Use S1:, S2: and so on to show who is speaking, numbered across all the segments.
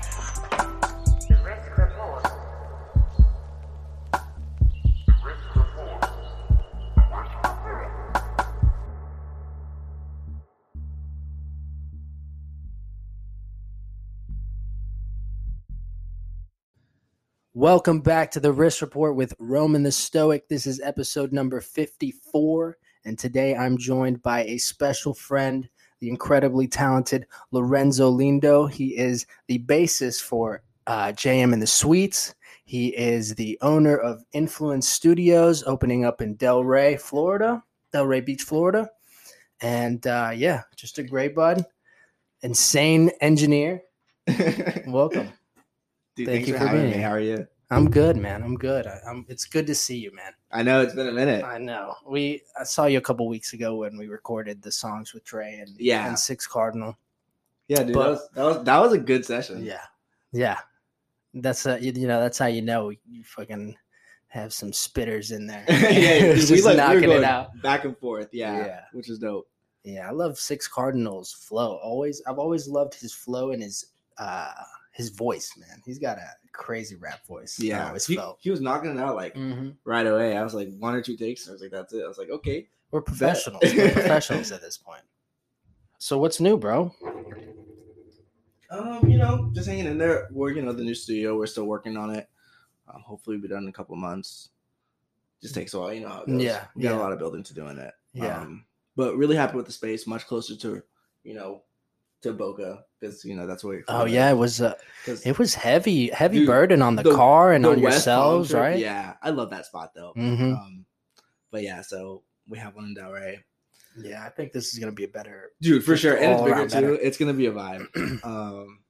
S1: The risk report.
S2: Risk report. Risk report.
S3: Welcome back to the Risk Report with Roman the Stoic. This is episode number 54, and today I'm joined by a special friend, the incredibly talented Lorenzo Lindo. He is the bassist for uh, JM and the Sweets. He is the owner of Influence Studios, opening up in Delray, Florida, Delray Beach, Florida. And uh, yeah, just a great bud, insane engineer. Welcome.
S4: Dude,
S3: Thank
S4: thanks
S3: you
S4: for
S3: for
S4: having
S3: being
S4: me.
S3: here.
S4: How are you?
S3: I'm good, man. I'm good. I, I'm, it's good to see you, man.
S4: I know it's been a minute.
S3: I know. We I saw you a couple weeks ago when we recorded the songs with Trey and
S4: Yeah.
S3: and Six Cardinal.
S4: Yeah, dude,
S3: But-
S4: that, was, that was that was a good session.
S3: Yeah, yeah. That's a, you, you know that's how you know you fucking have some spitters in there.
S4: yeah, dude,
S3: just
S4: we like we were
S3: knocking
S4: going
S3: it out.
S4: back and forth. Yeah,
S3: Yeah.
S4: which is dope.
S3: Yeah, I love Six Cardinals flow. Always, I've always loved his flow and his uh his voice, man. He's got a crazy rap voice. I
S4: Yeah,
S3: always
S4: he,
S3: felt.
S4: he was knocking it out like
S3: Mhm.
S4: right away. I was like one or two takes. I was like, that's it. I was like, okay.
S3: We're professionals. We're professionals at this point. So what's new, bro?
S4: Um, you know, just hanging in there. We're you know the new studio. We're still working on it. Um, hopefully, we'll be done in a couple months. Just takes a while, you know how it goes.
S3: Yeah,
S4: we got
S3: yeah.
S4: a lot of building to do in it.
S3: Yeah.
S4: Um, but really happy with the space. Much closer to, you know, to Boca because you know that's where.
S3: Oh yeah, it was uh,
S4: 'Cause-
S3: It was heavy, heavy
S4: Dude,
S3: burden on the,
S4: the-
S3: car and
S4: the
S3: on
S4: West Palm
S3: yourselves,
S4: trip,
S3: right?
S4: Yeah, I love that spot though.
S3: hmm
S4: Um, but yeah, so we have one in Delray,
S3: Yeah, I think this is gonna be a better.
S4: dude, for
S3: Just
S4: sure, and it's
S3: all
S4: bigger
S3: around
S4: too. It's gonna be a vibe. Um,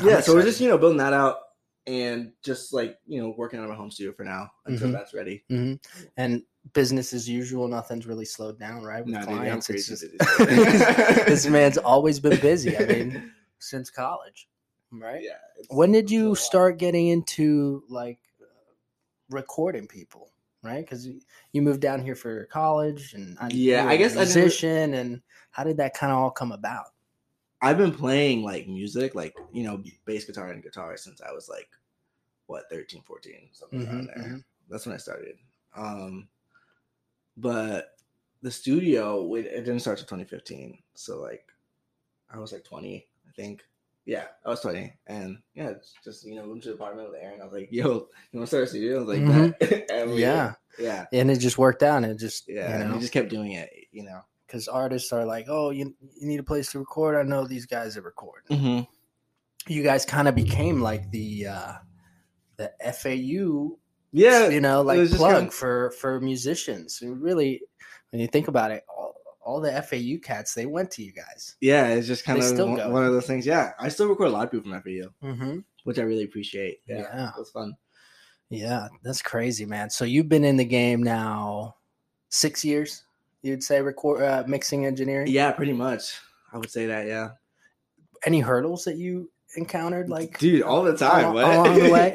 S3: I'm
S4: yeah, so we're
S3: excited.
S4: just you know building that out and just like you know working on my home studio for now until
S3: Mhm.
S4: that's ready.
S3: Mhm. And business as usual, nothing's really slowed down, right? With
S4: No, dude, I'm
S3: clients, it's
S4: crazy
S3: just-
S4: to do that.
S3: this man's always been busy. I mean, since college, right?
S4: Yeah. uh, it's-
S3: When did
S4: it's a
S3: you
S4: lot.
S3: start getting into like uh, recording people? Right, because you moved down here for college, and
S4: Yeah,
S3: you
S4: I
S3: were a
S4: guess I never-
S3: musician, and how did that kind of all come about?
S4: I've been playing like music, like you know, bass guitar and guitar since I was like what 13, 14, something around
S3: Mhm,
S4: there.
S3: mhm.
S4: That's when I started. Um, but the studio it, it didn't start till 2015, so like I was like 20, I think. Yeah, I was 20, and yeah, it's just you know, moved to the apartment with Aaron. I was like, "Yo, you want to start a studio?" I was like,
S3: Mhm.
S4: "Bet." And we did.
S3: Yeah.
S4: Oh, yeah,
S3: And it just worked out, and it just
S4: yeah."
S3: you
S4: And
S3: know,
S4: we just kept doing it, you know.
S3: because artists are like, oh, you, you need a place to record. I know these guys that record.
S4: Mm-hmm.
S3: You guys kind of became like the uh, the FAU,
S4: Yeah,
S3: you know, like
S4: was just
S3: plug
S4: kinda-
S3: for for musicians. It really, when you think about it, all, all the FAU cats they went to you guys.
S4: yeah, it's just kind
S3: They
S4: of
S3: still
S4: one,
S3: go.
S4: one of those things. Yeah, I still record a lot of people from FAU,
S3: Mm-hmm.
S4: which I really appreciate. Yeah,
S3: Yeah.
S4: it was fun.
S3: Yeah, that's crazy, man. So you've been in the game now six years. You'd say record uh, mixing engineering.
S4: Yeah, pretty much. I would say that. Yeah,
S3: Any hurdles that you encountered, like
S4: dude, all the time.
S3: al-
S4: what?
S3: along the way?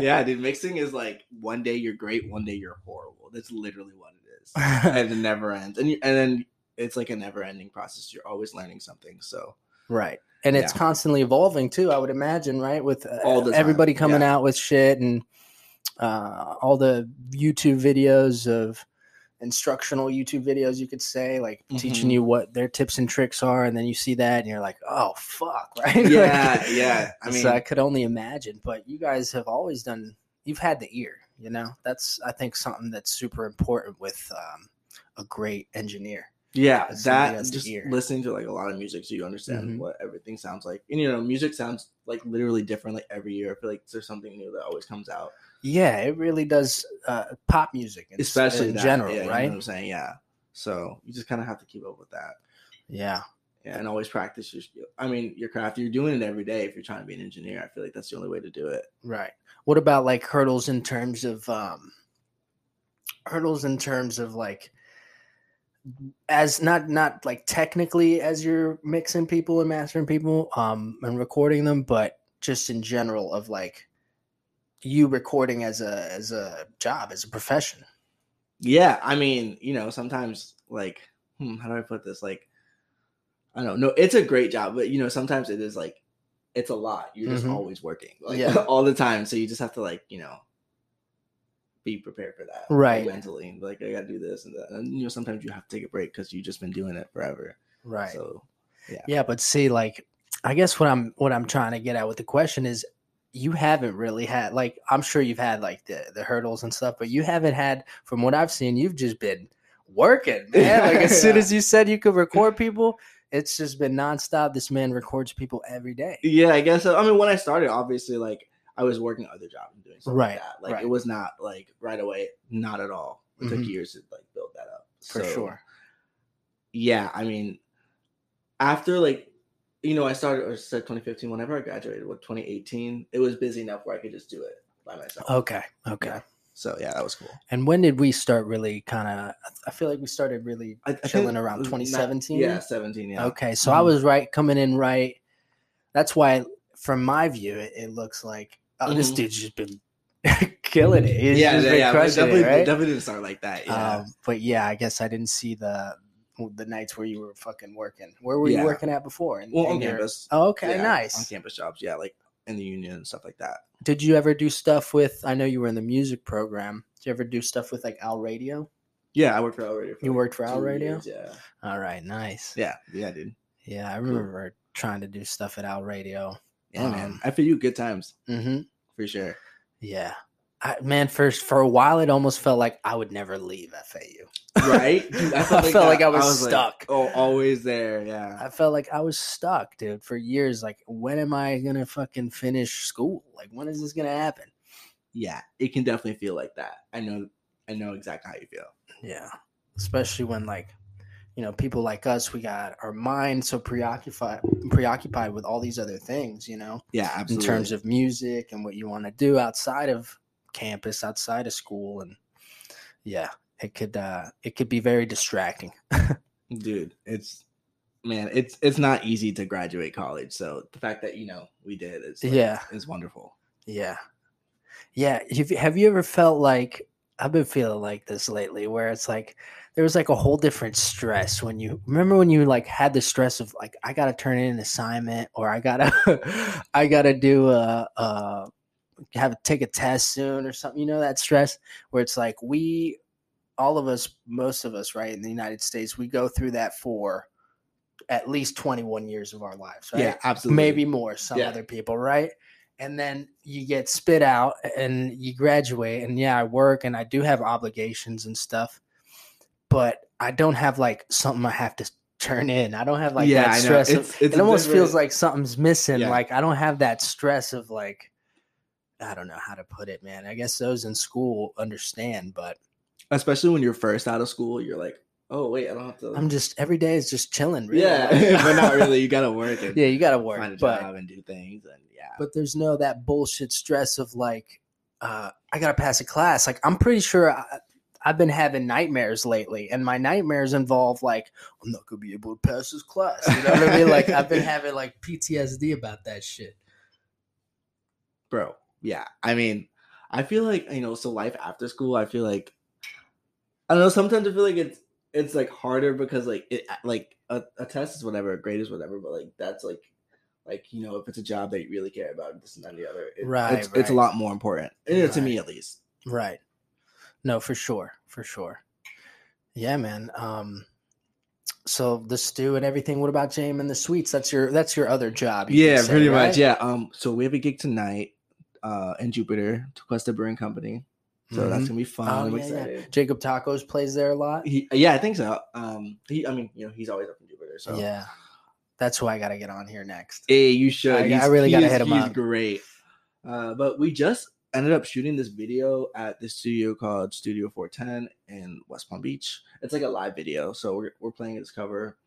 S4: yeah, dude, mixing is like one day you're great, one day you're horrible. That's literally what it is, and it never ends. And you, and then it's like a never-ending process. You're always learning something. So
S3: Right. And it's
S4: Yeah.
S3: constantly evolving too, I would imagine, right? With uh,
S4: All the time,
S3: everybody coming out with shit and uh, all the YouTube videos of instructional YouTube videos, you could say, like teaching
S4: Mhm.
S3: you what their tips and tricks are. And then you see that and you're like, oh, fuck, right? Like,
S4: yeah, yeah. I mean,
S3: so I could only imagine. But you guys have always done, you've had the ear, you know? That's, I think, something that's super important with um, a great engineer.
S4: yeah,
S3: as somebody
S4: that
S3: has the
S4: just
S3: ear.
S4: listening to like a lot of music, so you understand
S3: Mhm.
S4: what everything sounds like. And you know, music sounds like literally different like every year. I feel like there's something new that always comes out.
S3: Yeah, it really does. Uh, pop music, in-
S4: especially
S3: in
S4: that,
S3: general,
S4: yeah, you know
S3: right?
S4: what I'm saying, yeah. So you just kind of have to keep up with that,
S3: Yeah.
S4: yeah, and always practice your. skill- I mean, your craft. You're doing it every day if you're trying to be an engineer. I feel like that's the only way to do it.
S3: Right. What about like hurdles in terms of um hurdles in terms of like as not not like technically as you're mixing people and mastering people um and recording them, but just in general of like you recording as a as a job as a profession
S4: Yeah, I mean, you know, sometimes like, hmm, how do I put this? Like, I don't know. No, it's a great job, but you know, sometimes it is like, it's a lot. You're just
S3: Mhm.
S4: always working, like
S3: Yeah.
S4: all the time. So you just have to like, you know, be prepared for that, like,
S3: Right.
S4: mentally, like I got to do this and that. And you know, sometimes you have to take a break because you've just been doing it forever.
S3: right
S4: So
S3: yeah but see like i guess what i'm what i'm trying to get at with the question is you haven't really had like i'm sure you've had like the the hurdles and stuff but you haven't had from what i've seen you've just been working man like as soon
S4: Yeah.
S3: as you said you could record people it's just been nonstop this man records people every day
S4: Yeah, I guess. So. I mean, when I started, obviously, like I was working other jobs and doing stuff
S3: Right,
S4: like that. Like
S3: right.
S4: it was not like right away, not at all. It
S3: Mhm.
S4: took years to like build that up.
S3: for
S4: So,
S3: sure
S4: Yeah, I mean, after like, you know, I started or said 2015. Whenever I graduated, with 2018, it was busy enough where I could just do it by myself.
S3: okay okay
S4: Yeah. So yeah, that was cool.
S3: and when did we start really kind of i feel like we started really
S4: I, I think
S3: Chilling
S4: it
S3: around
S4: was not-
S3: 2017?
S4: Yeah, 17. Yeah.
S3: Okay, so I
S4: Mhm.
S3: was right coming in right. That's why, from my view, it, it looks like oh, this
S4: Mhm.
S3: dude's just been killing it. He's
S4: yeah,
S3: just
S4: yeah,
S3: been
S4: yeah. but
S3: crushing
S4: Definitely,
S3: it, right?
S4: definitely didn't start like that. Yeah.
S3: Um, but yeah, I guess I didn't see the the nights where you were fucking working. Where were
S4: Yeah.
S3: you working at before? In-
S4: well,
S3: in
S4: on
S3: your-
S4: campus.
S3: Oh, okay,
S4: yeah, On
S3: nice.
S4: campus jobs, yeah, like in the union and stuff like that.
S3: Did you ever do stuff with? I know you were in the music program. Did you ever do stuff with like Al Radio?
S4: Yeah, I worked for Owl Radio. For
S3: You
S4: like
S3: worked for Owl
S4: two
S3: Radio?
S4: years, yeah,
S3: All right, nice.
S4: yeah, yeah, dude.
S3: Yeah, I remember trying to do stuff at Al Radio.
S4: Yeah, man.
S3: Um,
S4: I feel you. Good times
S3: Mm-hmm.
S4: for sure.
S3: Yeah. I, man, first for a while, it almost felt like I would never leave FAU.
S4: Right? Dude,
S3: I felt like
S4: that-
S3: I was
S4: like,
S3: stuck.
S4: oh, always there. Yeah.
S3: I felt like I was stuck, dude, for years. Like, when am I gonna fucking finish school? Like, when is this gonna happen?
S4: Yeah. It can definitely feel like that. I know. I know exactly how you feel.
S3: Yeah, especially when like, you know, people like us, we got our mind so preoccupied preoccupied with all these other things, you know,
S4: Yeah,
S3: in
S4: absolutely.
S3: terms of music and what you want to do outside of campus, outside of school, and yeah, it could uh, it could be very distracting.
S4: dude, it's man, it's it's not easy to graduate college. So the fact that you know we did is like,
S3: Yeah.
S4: is wonderful.
S3: Yeah. Yeah. Have you, have you ever felt like, I've been feeling like this lately where it's like, there was like a whole different stress when you remember when you like had the stress of like, I got to turn in an assignment or I got to, I got to do a, a, have take a test soon or something. You know, that stress where it's like, we, all of us, most of us, right, in the United States, we go through that for at least 21 years of our lives, right?
S4: Yeah, absolutely.
S3: maybe more some
S4: Yeah.
S3: other people right and then you get spit out and you graduate and yeah i work and i do have obligations and stuff but i don't have like something i have to turn in i don't have like that stress of-
S4: It's, it's
S3: it
S4: a
S3: almost
S4: different-
S3: feels like something's missing
S4: Yeah.
S3: like i don't have that stress of like i don't know how to put it man i guess those in school understand but
S4: especially when you're first out of school, you're like, oh wait, I don't have to.
S3: i'm just every day is just chilling really.
S4: Yeah, but not really. You gotta work and
S3: yeah you gotta
S4: find a
S3: work but
S4: job and do things, and yeah,
S3: but there's no that bullshit stress of like uh, i gotta pass a class like i'm pretty sure I, i've been having nightmares lately and my nightmares involve like i'm not gonna be able to pass this class you know what i mean like i've been having like ptsd about that shit
S4: bro, yeah. I mean, I feel like you know, so life after school, I feel like I don't know. Sometimes I feel like it's it's like harder because like it like a, a test is whatever, a grade is whatever, but like that's like like you know, if it's a job that you really care about, this and that and the other, it-
S3: Right,
S4: It's, it's a
S3: right.
S4: lot more important you know, to
S3: Right.
S4: me at least.
S3: right no for sure for sure yeah man um so the stew and everything what about jam and the sweets that's your that's your other job you
S4: Yeah,
S3: could say,
S4: pretty much.
S3: right?
S4: Yeah. Um. So we have a gig tonight, uh, in Jupiter, to Cuesta Brewing Company. So that's
S3: Mhm.
S4: gonna be fun.
S3: Oh,
S4: I'm
S3: yeah, yeah.
S4: excited.
S3: jacob tacos plays there a lot
S4: He, yeah, I think so. Um, he, I mean, you know, he's always up in Jupiter. So
S3: yeah that's who i gotta get on here next
S4: hey, you should.
S3: I- I
S4: He's-
S3: really gotta
S4: he's-
S3: hit him
S4: He's
S3: up.
S4: great. Uh, but we just ended up shooting this video at the studio called Studio 410 in West Palm Beach. It's like a live video, so we're we're playing this cover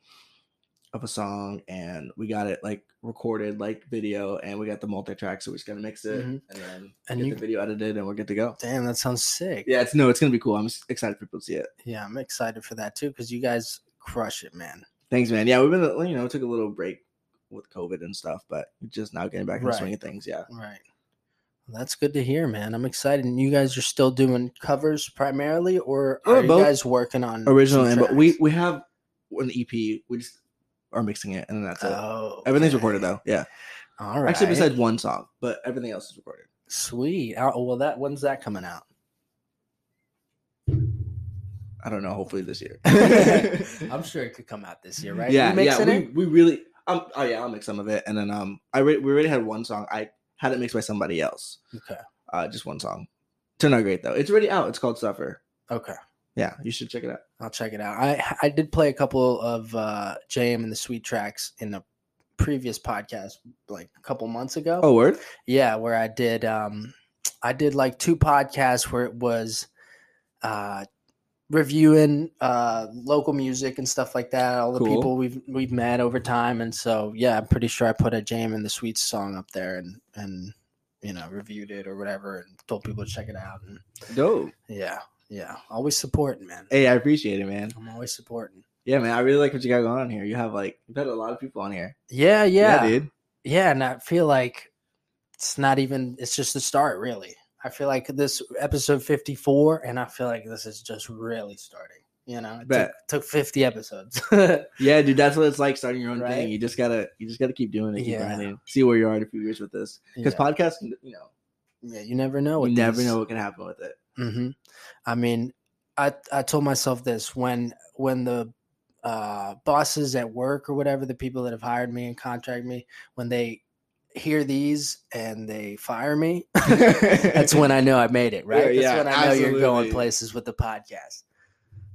S4: of a song, and we got it like recorded, like video, and we got the multi-track, so we're just gonna mix it
S3: Mhm.
S4: and then
S3: And
S4: get
S3: you-
S4: the video edited, and we're good to go.
S3: Damn, that sounds sick.
S4: Yeah, it's no, it's gonna be cool. I'm s- excited for people to see it.
S3: Yeah, I'm excited for that too because you guys crush it, man.
S4: Thanks, man. Yeah, we've been you know took a little break with COVID and stuff, but just now getting back in
S3: Right.
S4: the swing of things. Yeah.
S3: Right. Well, that's good to hear, man. I'm excited. And you guys are still doing covers primarily, or
S4: Uh,
S3: are you
S4: both.
S3: guys working on
S4: Originally,
S3: some
S4: but we
S3: tracks?
S4: we have an EP. We just are mixing it, and that's it.
S3: oh,
S4: Everything's
S3: okay.
S4: recorded though. Yeah.
S3: All right.
S4: Actually, besides one song, but everything else is recorded.
S3: sweet. Uh, well, that when's that coming out?
S4: I don't know. Hopefully this year.
S3: I'm sure it could come out this year, right?
S4: Yeah,
S3: You mixing
S4: yeah. We,
S3: it?
S4: we really. Um, oh yeah, I'll mix some of it, and then um, I re- we already had one song. I had it mixed by somebody else.
S3: Okay.
S4: Uh, just one song. Turned out great though. It's already out. It's called Suffer.
S3: Okay.
S4: Yeah, you should check it out.
S3: I'll check it out. I I did play a couple of uh, JM and the Sweet tracks in the previous podcast, like a couple months ago.
S4: Oh, word.
S3: Yeah, where I did um I did like two podcasts where it was uh reviewing uh local music and stuff like that, all the
S4: Cool.
S3: people we've we've met over time and so yeah, I'm pretty sure I put a jam in the sweets song up there and and you know, reviewed it or whatever and told people to check it out and
S4: Dope.
S3: yeah, yeah. Always supporting, man.
S4: Hey, I appreciate it, man.
S3: I'm always supporting.
S4: Yeah, man. I really like what you got going on here. You have like you've had a lot of people on here.
S3: Yeah, yeah. Yeah,
S4: dude.
S3: and I feel like it's not even it's just the start really. I feel like this episode 54 and I feel like this is just really starting. You know, it took,
S4: Bet.
S3: took 50 episodes.
S4: Yeah, dude. That's what it's like starting your own
S3: Right?
S4: thing. You just gotta you just gotta keep doing it, keep
S3: Yeah.
S4: grinding, see where you are in a few years with this.
S3: yeah.
S4: Because podcasting, you know,
S3: yeah, you never know.
S4: you
S3: with
S4: never
S3: these.
S4: know what can happen with it.
S3: hmm I mean, I I told myself this when when the uh, bosses at work or whatever the people that have hired me and contract me when they hear these and they fire me, that's when I know I made it. Right?
S4: Yeah,
S3: that's
S4: yeah,
S3: when I know you're going
S4: absolutely.
S3: places with the podcast.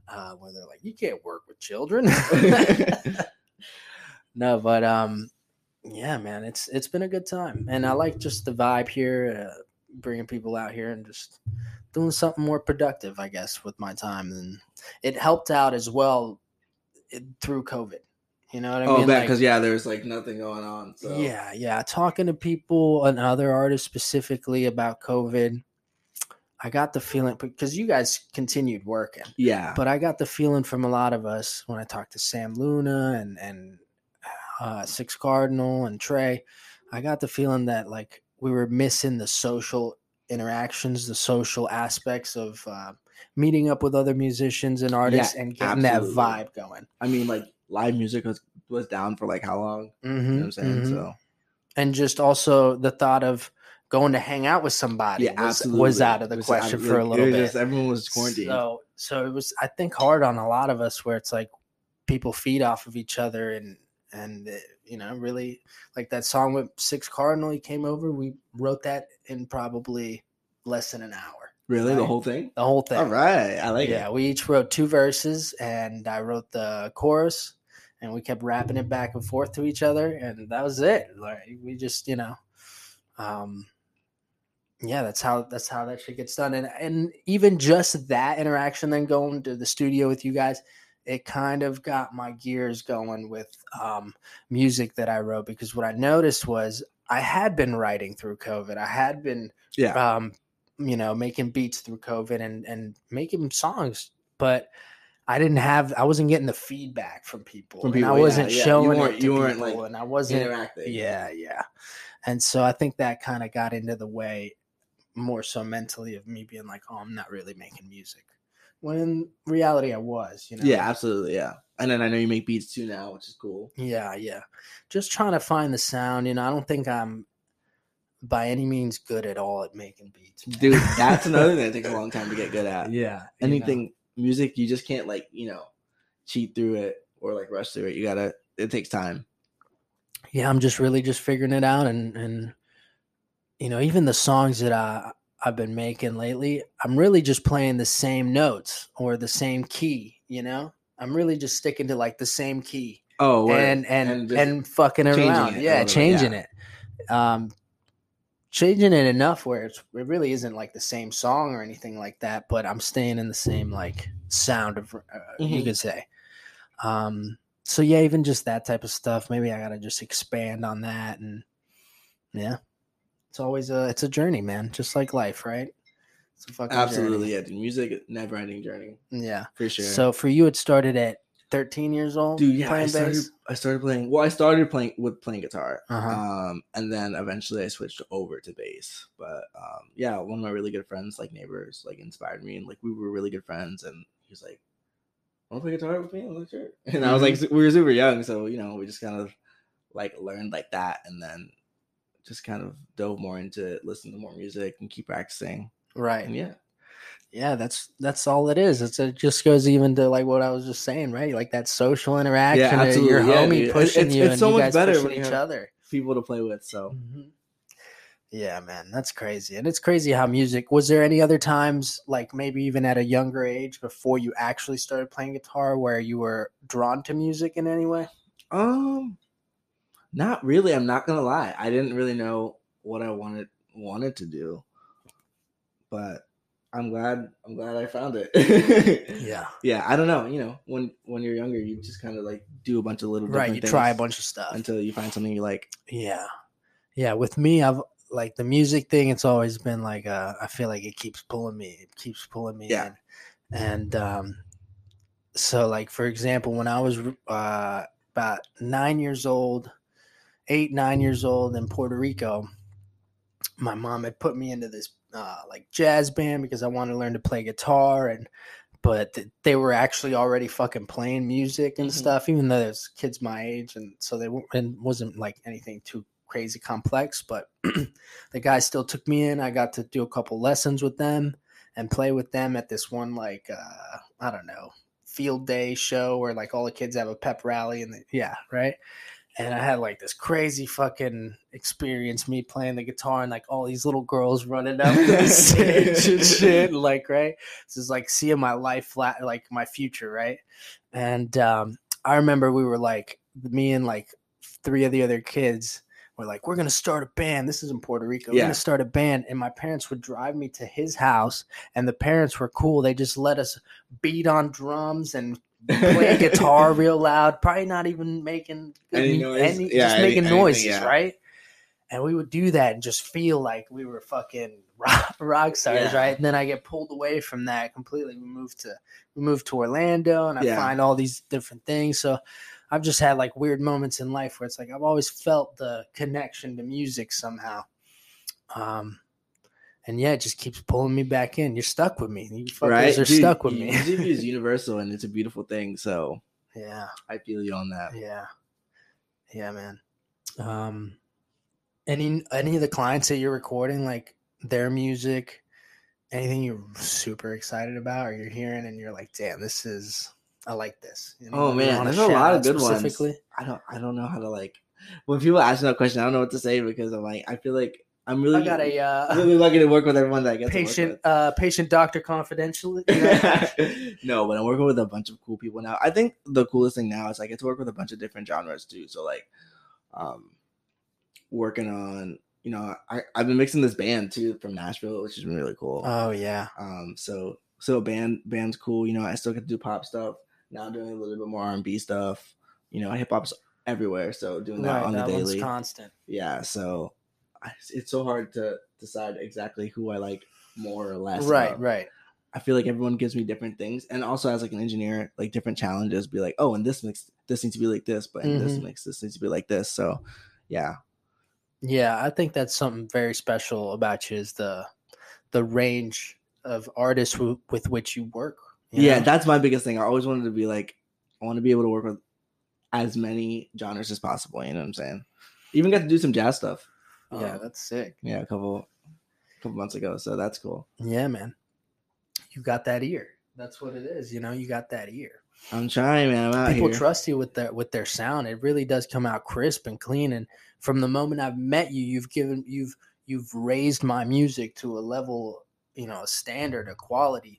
S3: Uh, where they're like, you can't work with children. no, but um, yeah, man, it's it's been a good time, and I like just the vibe here. Uh, bringing people out here and just doing something more productive, I guess, with my time. And it helped out as well it, through COVID. You know what I
S4: oh,
S3: mean?
S4: bet,
S3: Like,
S4: because yeah, there's like nothing going on. So
S3: Yeah, yeah. Talking to people and other artists specifically about COVID, I got the feeling because you guys continued working,
S4: yeah,
S3: but I got the feeling from a lot of us when I talked to Sam Luna and and uh, Six Cardinal and Trey. I got the feeling that like we were missing the social interactions, the social aspects of uh, meeting up with other musicians and artists and getting
S4: absolutely.
S3: that vibe going.
S4: I mean, like live music was was down for like how long? You know what I'm saying?
S3: Mhm, mhm.
S4: So
S3: and just also the thought of going to hang out with somebody
S4: yeah,
S3: Mm-hmm. was,
S4: absolutely
S3: was out of the
S4: It was
S3: question
S4: out-
S3: for a
S4: like,
S3: little
S4: it was
S3: bit.
S4: just- everyone was quarantined.
S3: So, so it was, I think, hard on a lot of us where it's like people feed off of each other and, and, uh, you know, really like that song with Six Cardinal, he came over. We wrote that in probably less than an hour,
S4: really, the
S3: right.
S4: whole thing.
S3: the whole thing.
S4: All right, I like
S3: Yeah.
S4: it.
S3: We each wrote two verses and I wrote the chorus and we kept rapping it back and forth to each other. And that was it. Like, we just, you know, um, yeah, that's how that's how that shit gets done, and and even just that interaction, then going to the studio with you guys, it kind of got my gears going with um, music that I wrote because what I noticed was I had been writing through COVID, I had been,
S4: Yeah.
S3: um, you know, making beats through COVID and and making songs, but I didn't have, I wasn't getting the feedback from people,
S4: From
S3: and
S4: people,
S3: I
S4: yeah,
S3: wasn't
S4: yeah. You
S3: showing
S4: weren't-
S3: it to
S4: you weren't,
S3: people,
S4: like,
S3: and I wasn't
S4: Interacting.
S3: yeah, yeah. And so I think that kind of got into the way more so mentally of me being like, oh, I'm not really making music. When in reality, I was, you know?
S4: yeah, absolutely, yeah. And then I know you make beats too now, which is cool.
S3: Yeah, yeah. Just trying to find the sound. You know, I don't think I'm by any means good at all at making beats. man.
S4: Dude, that's another thing that takes a long time to get good at.
S3: Yeah. you know.
S4: Anything music, you just can't like you know cheat through it or like rush through it. You gotta. It takes time.
S3: yeah i'm just really just figuring it out and and you know even the songs that i i've been making lately i'm really just playing the same notes or the same key you know i'm really just sticking to like the same key
S4: Oh, word.
S3: and and
S4: And
S3: and,
S4: just
S3: fucking
S4: changing
S3: around
S4: it a
S3: yeah
S4: little bit,
S3: changing it um changing it enough where it's, it really isn't like the same song or anything like that but i'm staying in the same like sound of uh, you
S4: Mhm.
S3: could say um so yeah even just that type of stuff maybe i gotta just expand on that and yeah it's always a it's a journey man just like life right it's a fucking journey.
S4: absolutely, yeah. Dude, music, never ending journey
S3: yeah
S4: for sure.
S3: so for you it started at 13 years old
S4: Dude, yeah, I
S3: playing
S4: started,
S3: bass?
S4: I started playing. Well, I started playing with playing guitar,
S3: Uh-huh.
S4: um, and then eventually I switched over to bass. But um, yeah, one of my really good friends, like neighbors, like inspired me, and like we were really good friends. And he was like, "Want to play guitar with me?" I was like, "Sure." And I was like,
S3: Mm-hmm.
S4: su- we were super young, so you know, we just kind of like learned like that, and then just kind of dove more into it, listen to more music, and keep practicing.
S3: Right.
S4: And yeah,
S3: yeah that's that's all it is it's it just goes even to like what i was just saying right like that social interaction yeah, your
S4: absolutely. Yeah,
S3: homie
S4: dude.
S3: pushing
S4: It's-
S3: you
S4: it's
S3: and
S4: so
S3: you
S4: much
S3: guys
S4: better
S3: pushing
S4: when you
S3: each
S4: have-
S3: other
S4: people to play with. So
S3: yeah man that's crazy and it's crazy how music was there any other times like maybe even at a younger age before you actually started playing guitar where you were drawn to music in any way
S4: Um, not really. I'm not gonna lie. I didn't really know what I wanted wanted to do, but I'm glad. I'm glad I found it.
S3: yeah
S4: Yeah. I don't know. You know, when when you're younger, you just kind of like do a bunch of little
S3: right
S4: different
S3: you try a
S4: things
S3: bunch of stuff
S4: until you find something you like.
S3: Yeah. Yeah. With me, I've like the music thing, it's always been like uh I feel like it keeps pulling me. It keeps pulling me
S4: Yeah.
S3: in. And um so like for example, when I was uh about nine years old, eight, nine years old in Puerto Rico, my mom had put me into this uh like jazz band because I wanted to learn to play guitar and but th- they were actually already fucking playing music and
S4: Mhm.
S3: stuff, even though there's kids my age, and so they weren't, and wasn't like anything too crazy complex. But the guy still took me in. I got to do a couple lessons with them and play with them at this one like uh, I don't know field day show where like all the kids have a pep rally and they, yeah, right. And I had like this crazy fucking experience me playing the guitar and like all these little girls running up to the stage and shit, and, like right. This is like seeing my life flat, like my future, right? And um, I remember we were like, me and like three of the other kids were like, we're gonna start a band. This is in Puerto Rico. We're
S4: Yeah.
S3: gonna start a band, and my parents would drive me to his house, and the parents were cool. They just let us beat on drums and play guitar real loud, probably not even making good
S4: Any
S3: m-
S4: noise?
S3: any-
S4: Yeah,
S3: just
S4: any-
S3: making
S4: anything,
S3: noises,
S4: yeah.
S3: right? And we would do that and just feel like we were fucking rock, rock stars,
S4: Yeah.
S3: right? And then I get pulled away from that completely. We moved to we moved to Orlando, and I
S4: Yeah.
S3: find all these different things. So I've just had like weird moments in life where it's like I've always felt the connection to music somehow. Um. And yeah, it just keeps pulling me back in. You're stuck with me. You fuckers
S4: right?
S3: are
S4: Dude,
S3: stuck with
S4: mu-
S3: me.
S4: Music is universal, and it's a beautiful thing. So
S3: yeah.
S4: I feel you on that.
S3: Yeah. Yeah, man. Um any any of the clients that you're recording, like their music, anything you're super excited about or you're hearing and you're like, damn, this is I like this. You
S4: Oh,
S3: you
S4: man,
S3: wanna
S4: there's a
S3: shout
S4: lot of
S3: out
S4: good ones.
S3: specifically?
S4: I don't. I don't know how to like. When people ask me that question, I don't know what to say because I'm like, I feel like I'm really.
S3: I got a uh,
S4: really lucky to work with everyone that I get
S3: patient
S4: to work
S3: uh patient doctor confidentially. you know?
S4: with. no, but I'm working with a bunch of cool people now. I think the coolest thing now is I get to work with a bunch of different genres too. So like, um, working on you know I I've been mixing this band too from Nashville, which has been really cool.
S3: oh yeah.
S4: um, so so band band's cool. You know, I still get to do pop stuff. Now I'm doing a little bit more R and B stuff. You know, hip hop's everywhere, so doing that
S3: Right,
S4: on
S3: that
S4: the
S3: one's
S4: daily
S3: constant.
S4: yeah so I- it's so hard to decide exactly who i like more or less
S3: Right,
S4: of.
S3: right.
S4: i feel like everyone gives me different things and also as like an engineer like different challenges be like oh and this mix this needs to be like this but in this
S3: Mhm.
S4: mix this needs to be like this so yeah
S3: Yeah, I think that's something very special about you is the the range of artists w- with which you work. you
S4: yeah
S3: know?
S4: that's my biggest thing i always wanted to be like i want to be able to work with as many genres as possible you know what i'm saying even got to do some jazz stuff
S3: yeah,
S4: um,
S3: that's sick.
S4: yeah a couple couple months ago so that's cool
S3: Yeah, man, you got that ear. That's what it is. You know, you got that ear.
S4: i'm trying man i'm out
S3: People
S4: here
S3: trust you with their with their sound. It really does come out crisp and clean. And from the moment I've met you, you've given you've you've raised my music to a level, you know, a standard, a quality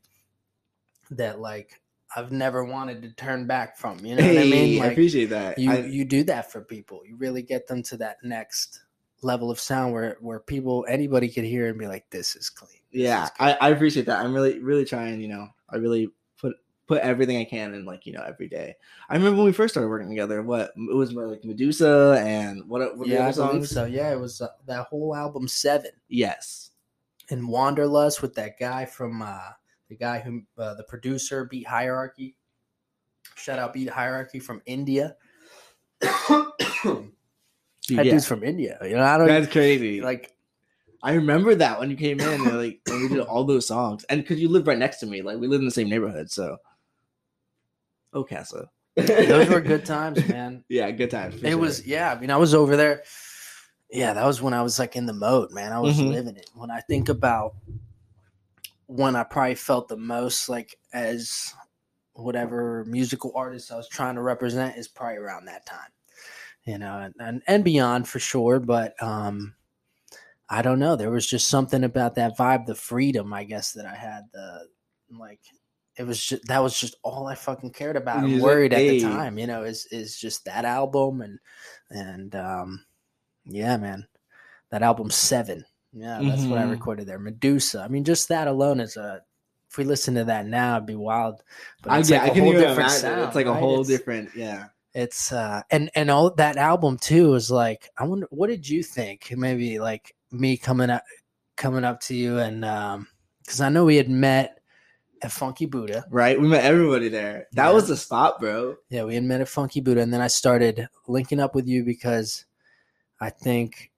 S3: that like I've never wanted to turn back from. You know what I mean?
S4: Hey, I
S3: Like,
S4: appreciate that
S3: you
S4: I-
S3: you do that for people. You really get them to that next level of sound where where people anybody could hear and be like, "This is clean." This
S4: yeah
S3: is good."
S4: I, I appreciate that i'm really really trying you know i really put put everything i can in like you know every day i remember when we first started working together what it was more like medusa and what, what
S3: yeah, I
S4: other
S3: believe
S4: songs
S3: so. Yeah, it was uh, that whole album Seven
S4: yes
S3: and Wanderlust with that guy from uh, the guy who uh, the producer beat Hierarchy. Shout out Beat Hierarchy from India. That
S4: yeah.
S3: dude's from India. You know, I don't
S4: That's crazy. Like
S3: like.
S4: I remember that when you came in, and, like when we did all those songs, and because you lived right next to me, like we lived in the same neighborhood, so. Oh, Casa.
S3: Those were good times, man.
S4: Yeah, good times. for
S3: It
S4: sure.
S3: was, yeah. I mean, I was over there. Yeah, that was when I was like in the mode, man. I was
S4: Mhm.
S3: living it. When I think about when I probably felt the most like as whatever musical artist I was trying to represent is probably around that time, you know, and and, and beyond for sure. But um, I don't know. There was just something about that vibe, the freedom, I guess, that I had. The like, it was just that was just all I fucking cared about and
S4: Music,
S3: worried at the
S4: hey.
S3: time. You know, is is just that album and and um, yeah, man, that album seven. Yeah, that's what I
S4: Mhm.
S3: recorded there. Medusa. I mean, just that alone is a. If we listen to that now, it'd be wild.
S4: I,
S3: it's
S4: yeah,
S3: like
S4: I
S3: a
S4: can
S3: whole
S4: even
S3: different
S4: imagine.
S3: sound,
S4: it's like a
S3: right?
S4: whole
S3: It's-
S4: different. Yeah.
S3: it's uh and and all that album too is like i wonder what did you think maybe like me coming up coming up to you and um because i know we had met at funky buddha
S4: Right. We met everybody there. That
S3: Yeah.
S4: was the spot, bro.
S3: yeah we had met at funky buddha and then i started linking up with you because i think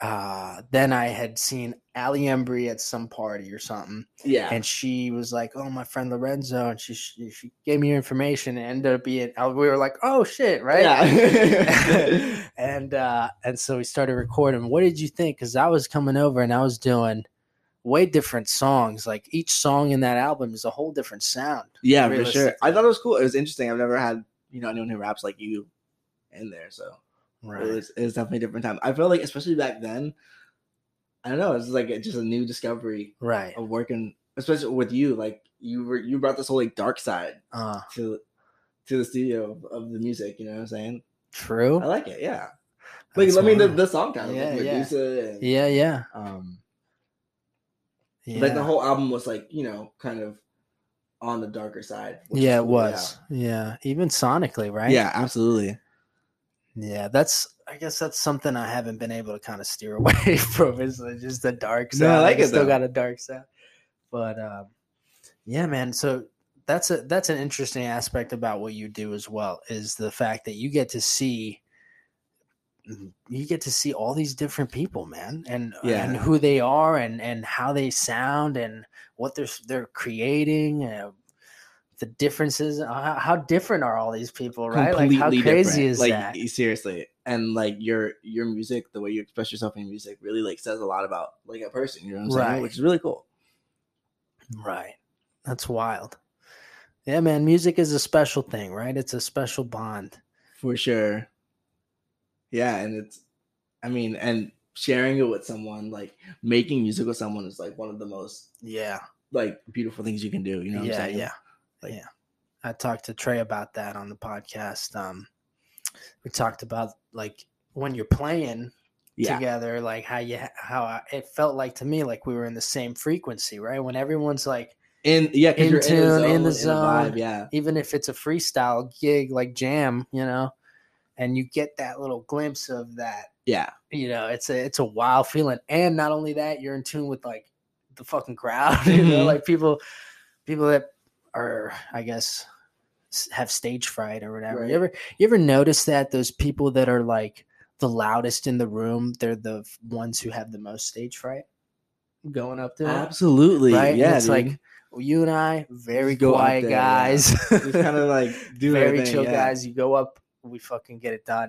S3: uh then i had seen ali embry at some party or something
S4: Yeah.
S3: and she was like, "Oh, my friend Lorenzo," and she she, she gave me your information and ended up being. uh, We were like, "Oh shit!" Right?
S4: Yeah.
S3: and uh, and so we started recording. What did you think? Because I was coming over and I was doing way different songs. Like each song in that album is a whole different sound.
S4: yeah, for
S3: Realistic.
S4: sure. I thought it was cool. It was interesting. I've never had you know anyone who raps like you in there, so it, was, it was definitely a different time. I felt like, especially back then, I don't know. It was like a- just a new discovery
S3: right.
S4: of working, especially with you. Like you were, you brought this whole like dark side
S3: Uh,
S4: to to the studio of, of the music. You know what I'm saying?
S3: true.
S4: I like it. Yeah. Like
S3: That's
S4: I mean, the,
S3: wild.
S4: the song title,
S3: Yeah,
S4: yeah,
S3: yeah.
S4: Medusa, and,
S3: yeah, yeah,
S4: um,
S3: yeah.
S4: like the whole album was like you know kind of on the darker side. which
S3: yeah,
S4: is
S3: it
S4: cool,
S3: was. Yeah. even sonically, right?
S4: Yeah, absolutely.
S3: yeah. That's. I guess that's something I haven't been able to kind of steer away from. Is like, just the dark side.
S4: No, I like it,
S3: Still
S4: though.
S3: got a dark side, but um, yeah, man. So that's a that's an interesting aspect about what you do as well is the fact that you get to see you get to see all these different people, man, and
S4: Yeah.
S3: and who they are and and how they sound and what they're they're creating. Uh, the differences how, how different are all these people right like how crazy
S4: Completely different.
S3: is
S4: like,
S3: that
S4: y- Seriously, and like your your music, the way you express yourself in music, really like says a lot about like a person. You know what I'm
S3: Right.
S4: saying? Which is really cool.
S3: Right. That's wild. Yeah, man. Music is a special thing, right? It's a special bond.
S4: For sure. Yeah, and it's I mean, and sharing it with someone, like making music with someone is like one of the most
S3: Yeah.
S4: like beautiful things you can do, you know what
S3: yeah,
S4: I'm saying?
S3: yeah.
S4: Like-
S3: yeah. I talked to Trey about that on the podcast. Um, we talked about like when you're playing
S4: Yeah.
S3: together, like how you how I, it felt like to me like we were in the same frequency, right? When everyone's like,
S4: And yeah,
S3: In
S4: because you're
S3: tune, in
S4: in
S3: the
S4: the zone, in the
S3: zone.
S4: vibe, yeah.
S3: even if it's a freestyle gig, like jam, you know, and you get that little glimpse of that
S4: Yeah.
S3: you know it's a it's a wild feeling and not only that you're in tune with like the fucking crowd you know
S4: Mhm.
S3: like people people that are i guess s- have stage fright or whatever
S4: Right.
S3: you ever you ever notice that those people that are like the loudest in the room they're the f- ones who have the most stage fright going up to 'em?
S4: Ah. Absolutely.
S3: right And
S4: Yeah.
S3: it's
S4: dude.
S3: like you and i very
S4: Go up
S3: quiet
S4: there, yeah.
S3: guys
S4: just kind of like do
S3: very
S4: everything,
S3: chill
S4: yeah.
S3: guys you go up we fucking get it done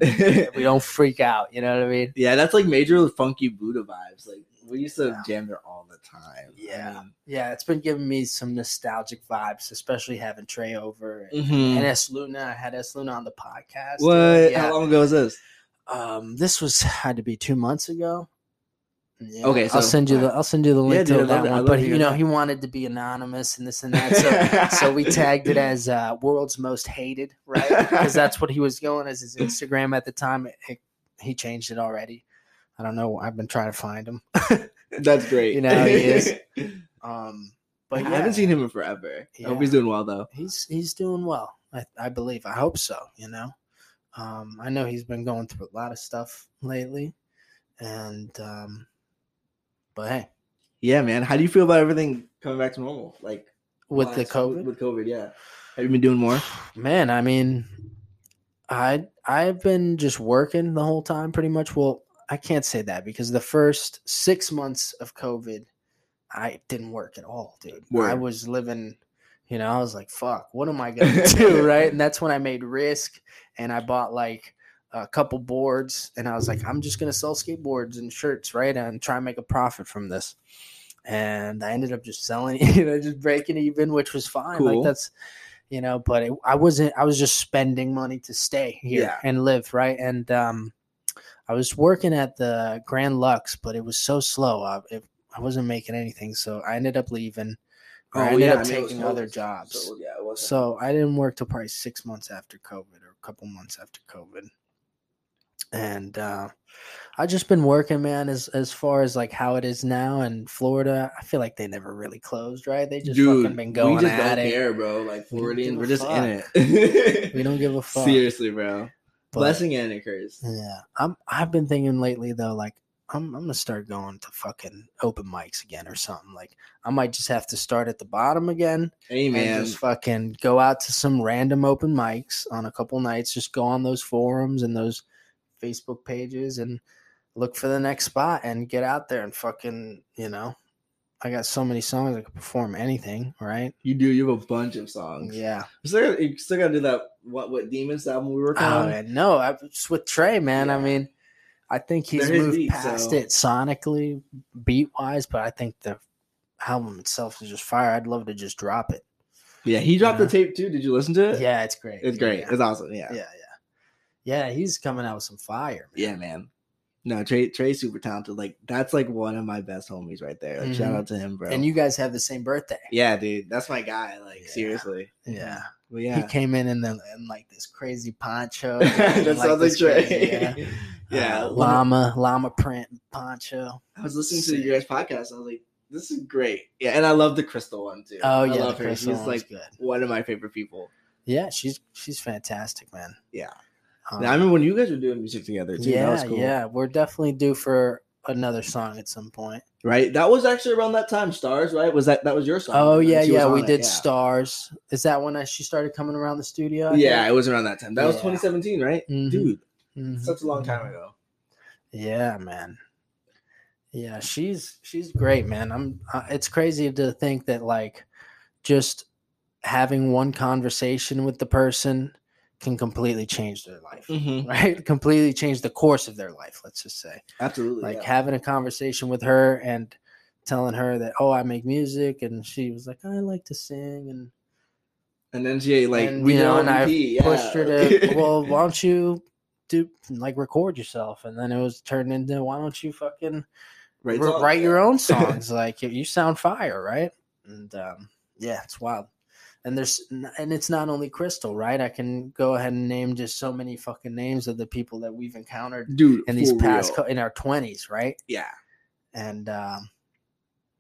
S3: we don't freak out you know what i mean
S4: yeah, that's like major funky Buddha vibes. Like we used to
S3: Yeah.
S4: jam there all the time.
S3: Yeah. Yeah, it's been giving me some nostalgic vibes, especially having Trey over
S4: I mean,
S3: and
S4: mhm.
S3: S Luna. I had S Luna on the podcast.
S4: What?
S3: Yeah.
S4: How long ago was this?
S3: Um, this was had to be two months ago. Yeah,
S4: Okay, so-
S3: I'll send you the I'll send you the link
S4: Yeah, dude,
S3: to
S4: I'd love
S3: that
S4: to- I'd
S3: one.
S4: love
S3: But
S4: to
S3: he-
S4: hear
S3: you know,
S4: that.
S3: he wanted to be anonymous and this and that, so so we tagged it as uh, world's most hated, right? Because that's what he was going as his Instagram at the time. It, it, he changed it already. I don't know. I've been trying to find him.
S4: That's great.
S3: You know how he is. Um, but
S4: I
S3: yeah.
S4: haven't seen him in forever. I hope
S3: Yeah.
S4: he's doing well though.
S3: he's he's doing well. I, I believe. I hope so. You know, um, I know he's been going through a lot of stuff lately, and um, but hey,
S4: Yeah, man. How do you feel about everything coming back to normal? Like
S3: with the
S4: last-
S3: COVID,
S4: With COVID, yeah. Have you been doing more?
S3: Man, I mean, I I've been just working the whole time pretty much. Well, I can't say that because the first six months of COVID, I didn't work at all, dude. I
S4: Word.
S3: was living, you know, I was like, fuck, what am I gonna do? Right. And that's when I made risk and I bought like a couple boards and I was like, I'm just gonna sell skateboards and shirts, right? And try and make a profit from this. And I ended up just selling, you know, just breaking even, which was fine. Like
S4: Cool.
S3: that's you know but it, i wasn't i was just spending money to stay here
S4: Yeah.
S3: and live right and um i was working at the grand lux but it was so slow i, it, I wasn't making anything so i ended up leaving or i ended up
S4: Oh, mean, it was
S3: taking other
S4: COVID,
S3: jobs so,
S4: So, yeah, it wasn't.
S3: i didn't work till probably six months after covid or a couple months after covid and uh i just been working man as as far as like how it is now in florida i feel like they never really closed right they just fucking been going
S4: we just
S3: at
S4: don't
S3: it
S4: care, bro. Like
S3: We don't
S4: Floridian,
S3: give a
S4: we're just in
S3: fuck.
S4: it.
S3: we don't give a fuck
S4: seriously, bro.
S3: but-
S4: Blessing and a curse.
S3: Yeah, I'm. I've been thinking lately though, like I'm. I'm gonna start going to fucking open mics again or something. Like I might just have to start at the bottom again
S4: Hey man,
S3: and just fucking go out to some random open mics on a couple nights. Just go on those forums and those Facebook pages and look for the next spot and get out there and fucking you know. I got so many songs I could perform anything, right?
S4: you do. You have a bunch of songs.
S3: Yeah.
S4: You still, gotta- you still gotta do that. What what demons album we were
S3: Oh,
S4: on?
S3: man, no, I, it's with Trey, man. I
S4: Yeah.
S3: mean, I think he's
S4: They're his
S3: moved
S4: beats,
S3: past
S4: so-
S3: it sonically, beat wise, but I think the album itself is just fire. I'd love to just drop it.
S4: yeah, he dropped
S3: Yeah.
S4: the tape too. Did you listen to it?
S3: Uh-huh. Yeah, it's great.
S4: it's great.
S3: Yeah,
S4: It's awesome.
S3: yeah, yeah. Yeah, he's coming out with some fire. Man.
S4: Yeah, man. No, Trey Trey's super talented. Like that's like one of my best homies right there. Like, Shout
S3: Mhm.
S4: out to him, bro.
S3: And you guys have the same birthday.
S4: yeah, dude, that's my guy. Like
S3: Yeah.
S4: seriously.
S3: Yeah.
S4: Well, yeah.
S3: He came in in, the, in like this crazy poncho.
S4: that
S3: and,
S4: sounds like
S3: this
S4: Trey.
S3: crazy, yeah.
S4: yeah. one
S3: Uh,
S4: of-
S3: llama, llama print poncho.
S4: I was listening to your guys' podcast. I was like, this is great. Yeah, and I love the Crystal one too.
S3: Oh
S4: I
S3: yeah,
S4: love
S3: the
S4: her.
S3: crystal
S4: She's
S3: one was
S4: like
S3: good.
S4: one of my favorite people.
S3: Yeah, she's she's fantastic, man.
S4: Yeah.
S3: Um,
S4: And I remember when you guys were doing music together too.
S3: yeah,
S4: that was cool.
S3: yeah, we're definitely due for another song at some point.
S4: Right? That was actually around that time. Stars, right? Was that that was your song?
S3: oh
S4: And
S3: yeah,
S4: she was
S3: yeah,
S4: on
S3: we
S4: it,
S3: did
S4: yeah.
S3: stars. Is that when I, she started coming around the studio? I
S4: Yeah, it
S3: think?
S4: was around that time. That was
S3: Yeah.
S4: 2017, right?
S3: Mhm,
S4: Dude,
S3: mhm.
S4: such a long time ago.
S3: Yeah, man. Yeah, she's she's great, man. I'm. Uh, it's crazy to think that like just having one conversation with the person can completely change their life,
S4: Mm-hmm.
S3: right? Completely change the course of their life. Let's just say.
S4: Absolutely.
S3: like
S4: yeah.
S3: having a conversation with her and telling her that oh i make music and she was like i like to sing and
S4: and then she like
S3: and,
S4: we
S3: you
S4: did
S3: know,
S4: our
S3: and I
S4: EP, yeah.
S3: pushed her to well why don't you do like record yourself and then it was turned into why don't you fucking
S4: Right,
S3: wr-
S4: song,
S3: write
S4: yeah.
S3: your own songs like you- you sound fire right and um yeah it's wild and there's and it's not only crystal right i can go ahead and name just so many fucking names of the people that we've encountered
S4: dude
S3: in these
S4: for
S3: past
S4: real.
S3: cou- in our 20s right
S4: yeah.
S3: and um,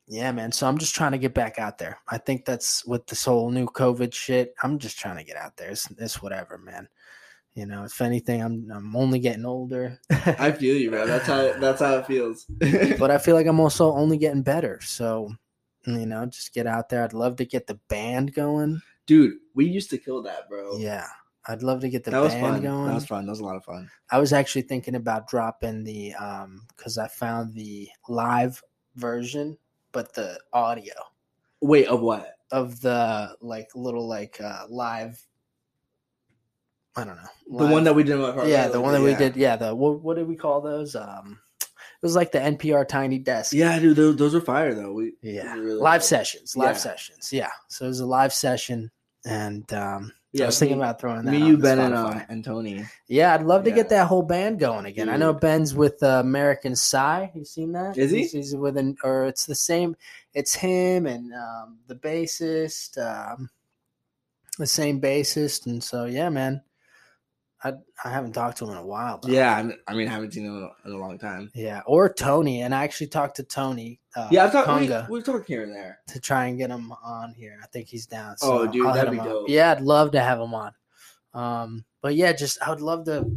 S3: yeah, man. So I'm just trying to get back out there. I think that's with this whole new COVID shit. I'm just trying to get out there. It's, it's whatever, man. You know, if anything, I'm I'm only getting older,
S4: I feel you, bro. That's how that's how it feels.
S3: but I feel like I'm also only getting better. So, you know, just get out there. I'd love to get the band going.
S4: Dude, we used to kill that, bro.
S3: Yeah, I'd love to get the
S4: that was
S3: band
S4: fun.
S3: going.
S4: That was fun. That was a lot of fun.
S3: I was actually thinking about dropping the um because I found the live version, but the audio.
S4: Wait, of what?
S3: of the like little like uh live I don't know.
S4: The one
S3: live-
S4: that we did in my apartment.
S3: Yeah, the one that we did. Yeah, the what, what did we call those? Um it was like the NPR tiny desk.
S4: Yeah, dude, those, those were fire though. We
S3: Yeah.
S4: those were really
S3: live
S4: good.
S3: sessions. Live
S4: Yeah.
S3: sessions. Yeah. So it was a live session and um
S4: Yeah,
S3: I was thinking
S4: me-
S3: about throwing that
S4: me,
S3: on
S4: you,
S3: the
S4: Ben, and,
S3: Spotify.
S4: um, and Tony.
S3: Yeah, I'd love to get
S4: Yeah.
S3: that whole band going again. I know
S4: Dude.
S3: Ben's with uh, American Psy. You seen that?
S4: Is he?
S3: He's, he's with an or it's the same. It's him and um, the bassist, um, the same bassist, and so yeah, man. I I haven't talked to him in a while. though.
S4: Yeah, I mean, I mean, I haven't seen them in a, in a long time.
S3: yeah, or Tony, and I actually talked to Tony. Uh,
S4: Yeah, I've talked.
S3: Conga
S4: We, we've talked here and there.
S3: to try and get him on here. I think he's down.
S4: Oh, dude,
S3: hit
S4: that'd
S3: him
S4: be
S3: up.
S4: dope.
S3: Yeah, I'd love to have him on. Um, but yeah, just I would love to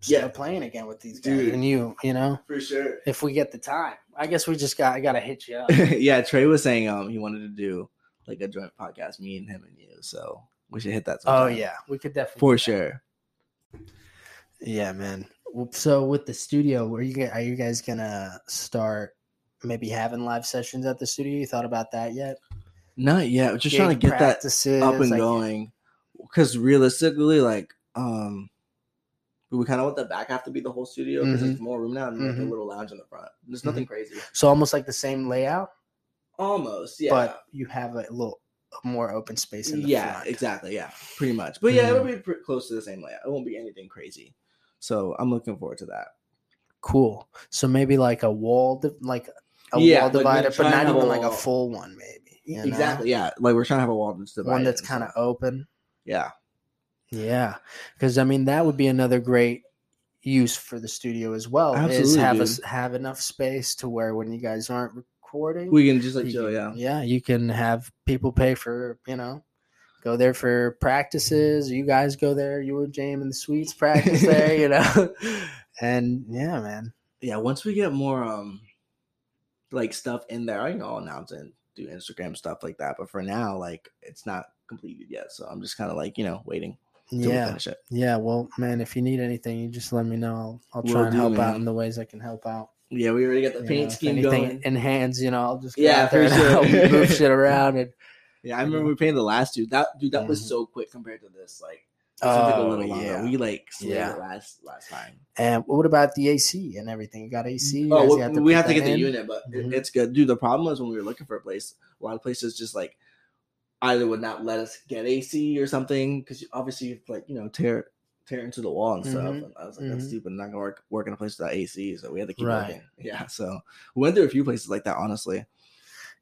S3: start
S4: Yeah.
S3: playing again with these guys
S4: Dude.
S3: and you. You know,
S4: For sure.
S3: if we get the time, I guess we just got I gotta hit you up.
S4: yeah, Trey was saying um he wanted to do like a joint podcast, me and him and you. So we should hit that.
S3: Oh
S4: sometime.
S3: yeah, we could definitely
S4: for sure.
S3: Yeah, man. W- So with the studio, are you g- are you guys gonna start maybe having live sessions at the studio? You thought about that yet?
S4: Not yet. Just trying to
S3: Gig
S4: get that
S3: practices,
S4: up and
S3: like-
S4: going. Because realistically, like, um, we kind of want the back half to be the whole studio because there's more room now and like a
S3: Mhm.
S4: little lounge in the front. There's
S3: Mm-hmm.
S4: nothing crazy.
S3: So almost like the same layout,
S4: Almost, yeah.
S3: but you have a little more open space in the
S4: yeah,
S3: front. Mm-hmm.
S4: exactly. Yeah, pretty much. But yeah, it'll be pretty close to the same layout. It won't be anything crazy. So I'm looking forward to that.
S3: Cool. So maybe like a wall, di- like a
S4: Yeah,
S3: wall
S4: like we're
S3: divider,
S4: trying
S3: but
S4: to
S3: not
S4: have a
S3: even like a
S4: wall.
S3: full one, maybe. you know?
S4: Exactly. Yeah, like we're trying to have a wall that's divided.
S3: One that's
S4: and
S3: kind of
S4: stuff.
S3: open.
S4: yeah,
S3: Yeah, because I mean that would be another great use for the studio as well. is
S4: Absolutely,
S3: have
S4: dude.
S3: us have enough space to where when you guys aren't recording,
S4: we can just like
S3: you
S4: chill.
S3: can-
S4: Yeah,
S3: yeah, you can have people pay for you know. Go there for practices. You guys go there. You and James and the Sweets practice there, you know. And yeah, man.
S4: yeah. Once we get more um, like stuff in there, I can all announce and do Instagram stuff like that. But for now, like it's not completed yet, so I'm just kind of like you know waiting till we
S3: Yeah,
S4: finish it.
S3: yeah. Well, man, if you need anything, you just let me know. I'll, I'll
S4: Will
S3: try and
S4: do,
S3: help out
S4: man.
S3: in the ways I can help out.
S4: Yeah, we already got the
S3: You
S4: paint
S3: know, if
S4: scheme
S3: anything
S4: going.
S3: enhance, you know, I'll just go
S4: Yeah,
S3: out there
S4: for
S3: and
S4: sure.
S3: help move shit around and
S4: Yeah, I remember we painted the last dude. That dude, that was
S3: Mhm.
S4: so quick compared to this. Like, this oh, took a
S3: Oh,
S4: little longer.
S3: yeah.
S4: We like slayed
S3: Yeah.
S4: it last last time.
S3: And what about the AC and everything? You got AC? You
S4: oh,
S3: guys
S4: we, we
S3: put
S4: have to
S3: that
S4: get the
S3: in?
S4: unit, but it-
S3: Mhm.
S4: it's good, dude. The problem was when we were looking for a place, a lot of places just like either would not let us get AC or something because obviously you like you know tear tear into the wall and stuff.
S3: Mhm.
S4: And I was like, that's
S3: Mhm.
S4: stupid. Not gonna work work in a place without AC. So we had to keep
S3: Right.
S4: working. Yeah. So we went through a few places like that. Honestly,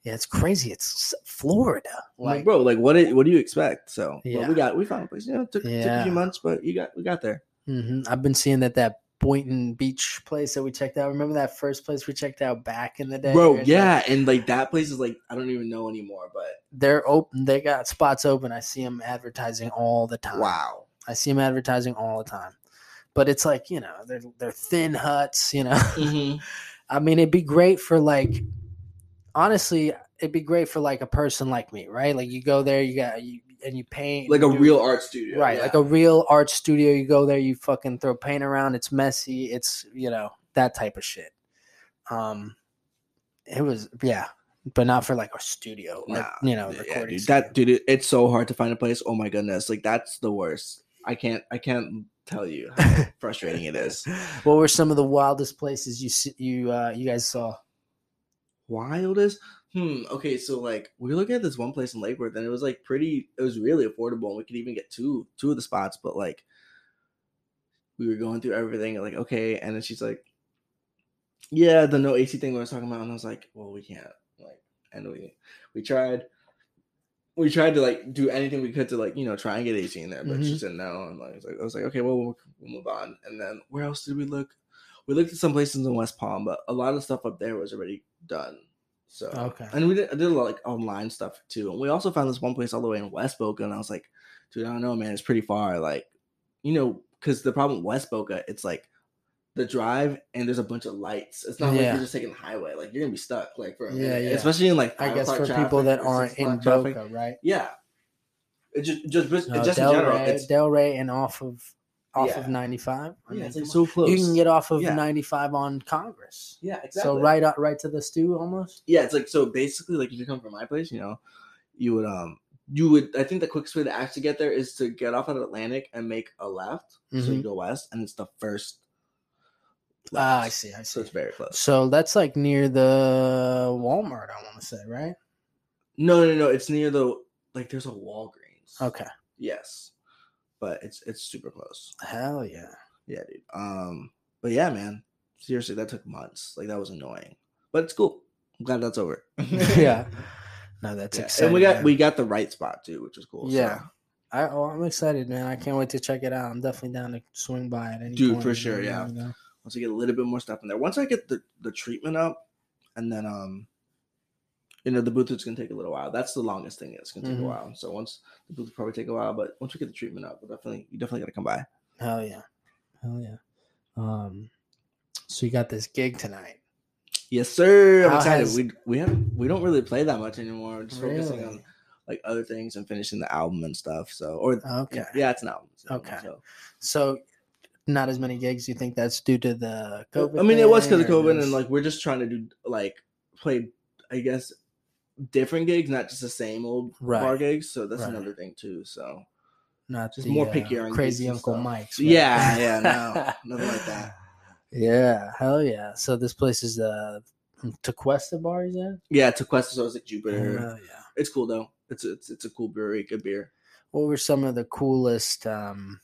S3: Yeah, it's crazy. It's s- Florida.
S4: I'm like,
S3: Like,
S4: bro, like what do, what do you expect? So but
S3: Yeah.
S4: we got we found a place. You know, it took, took a
S3: Yeah.
S4: few months, but you got we got there.
S3: mhm. I've been seeing that that Boynton Beach place that we checked out. Remember that first place we checked out back in the day?
S4: bro
S3: It's like,
S4: yeah and like that place is like i don't even know anymore but
S3: they're open. They got spots open. I see them advertising all the time.
S4: wow
S3: I see them advertising all the time. But it's like you know they're they're thin huts. You know. I mean, it'd be great for like, honestly, it'd be great for like a person like me, right? Like you go there, you got you and you paint
S4: like a
S3: you do-
S4: real art studio
S3: right,
S4: yeah.
S3: like a real art studio. You go there, you fucking throw paint around. It's messy. It's you know that type of shit. Um, it was yeah, but not for like a studio, like
S4: Nah,
S3: you know,
S4: Yeah,
S3: recording.
S4: dude,
S3: studio.
S4: that dude it- it's so hard to find a place oh my goodness like that's the worst i can't i can't tell you how frustrating it is
S3: what were some of the wildest places you see, you uh, you guys saw?
S4: wildest hmm okay so like we were looking at this one place in lake worth and it was like pretty it was really affordable and we could even get two two of the spots but like we were going through everything and like okay and then she's like yeah the no ac thing we were talking about and i was like well we can't like and we we tried we tried to like do anything we could to like you know try and get ac in there but she said no and like, I was like i was like okay well we'll we'll move on and then where else did we look we looked at some places in west palm but a lot of stuff up there was already done so
S3: Okay.
S4: and we did, I did a lot of like online stuff too and we also found this one place all the way in west boca and i was like dude i don't know man it's pretty far like you know, because the problem with West Boca, it's like the drive and there's a bunch of lights. It's not like
S3: Yeah.
S4: you're just taking the highway. Like you're gonna be stuck. Like for a
S3: Yeah,
S4: minute.
S3: yeah.
S4: especially in like
S3: I
S4: five
S3: guess
S4: o'clock
S3: for
S4: traffic
S3: people that
S4: or
S3: aren't
S4: six
S3: in
S4: o'clock
S3: Boca,
S4: traffic.
S3: right?
S4: Yeah, it just just just,
S3: No,
S4: it's just in
S3: Delray,
S4: general. It's,
S3: Delray and off of off
S4: Yeah.
S3: of 95. I
S4: yeah,
S3: mean,
S4: it's like
S3: come
S4: so
S3: on.
S4: close.
S3: you can get off of
S4: Yeah.
S3: 95 on Congress.
S4: yeah, exactly.
S3: So right out right to the stew almost.
S4: yeah, it's like so basically like if you come from my place, you know, you would um you would I think the quickest way to actually get there is to get off at Atlantic and make a left. So you
S3: Mhm.
S4: go west and it's the first
S3: Ah, I
S4: left.
S3: see. I
S4: So
S3: see.
S4: it's very close.
S3: So that's like near the Walmart, I want to say, right?
S4: No, no, no. It's near the like. There's a Walgreens.
S3: Okay.
S4: Yes, but it's it's super close.
S3: Hell yeah.
S4: Yeah, dude. Um, but yeah, man. Seriously, that took months. Like that was annoying, but it's cool. I'm glad that's over.
S3: yeah. No, that's
S4: Yeah,
S3: exciting.
S4: and we got
S3: man.
S4: we got the right spot too, which was cool. so.
S3: Yeah. I, oh, I'm excited, man. I can't wait to check it out. I'm definitely down to swing by at any
S4: Dude,
S3: point,
S4: for
S3: you
S4: sure,
S3: know,
S4: yeah.
S3: you know.
S4: once I get a little bit more stuff in there. Once I get the the treatment up, and then um, you know the Bluetooth's gonna take a little while. That's the longest thing. It's gonna take
S3: Mhm.
S4: a while. So once the Bluetooth probably take a while, but once we get the treatment up, we'll definitely you definitely gotta come by.
S3: Hell yeah. Hell yeah. Um so you got this gig tonight.
S4: Yes, sir. Oh, I'm
S3: How
S4: excited.
S3: has-
S4: We we haven't we don't really play that much anymore. We're just focusing on like other things and finishing the album and stuff. So or
S3: Okay.
S4: yeah, yeah, it's an album. It's an album,
S3: Okay.
S4: so.
S3: So not as many gigs. You think that's due to the COVID?
S4: I mean, it was because of
S3: thing, or
S4: COVID,
S3: just-
S4: and like we're just trying to do like play, I guess, different gigs, not just the same old bar
S3: Right.
S4: gigs. So that's
S3: Right.
S4: another thing too. So
S3: not
S4: just
S3: the,
S4: more
S3: uh,
S4: pickier on
S3: crazy
S4: gigs and
S3: Uncle
S4: stuff.
S3: Mike's.
S4: Yeah, yeah, no, nothing like that.
S3: Yeah, hell yeah. So this place is uh Tequesta Bar, is that?
S4: yeah, to Quest so I was like Jupiter.
S3: Hell yeah.
S4: It's cool though. It's it's it's a cool brewery, good beer.
S3: What were some of the coolest um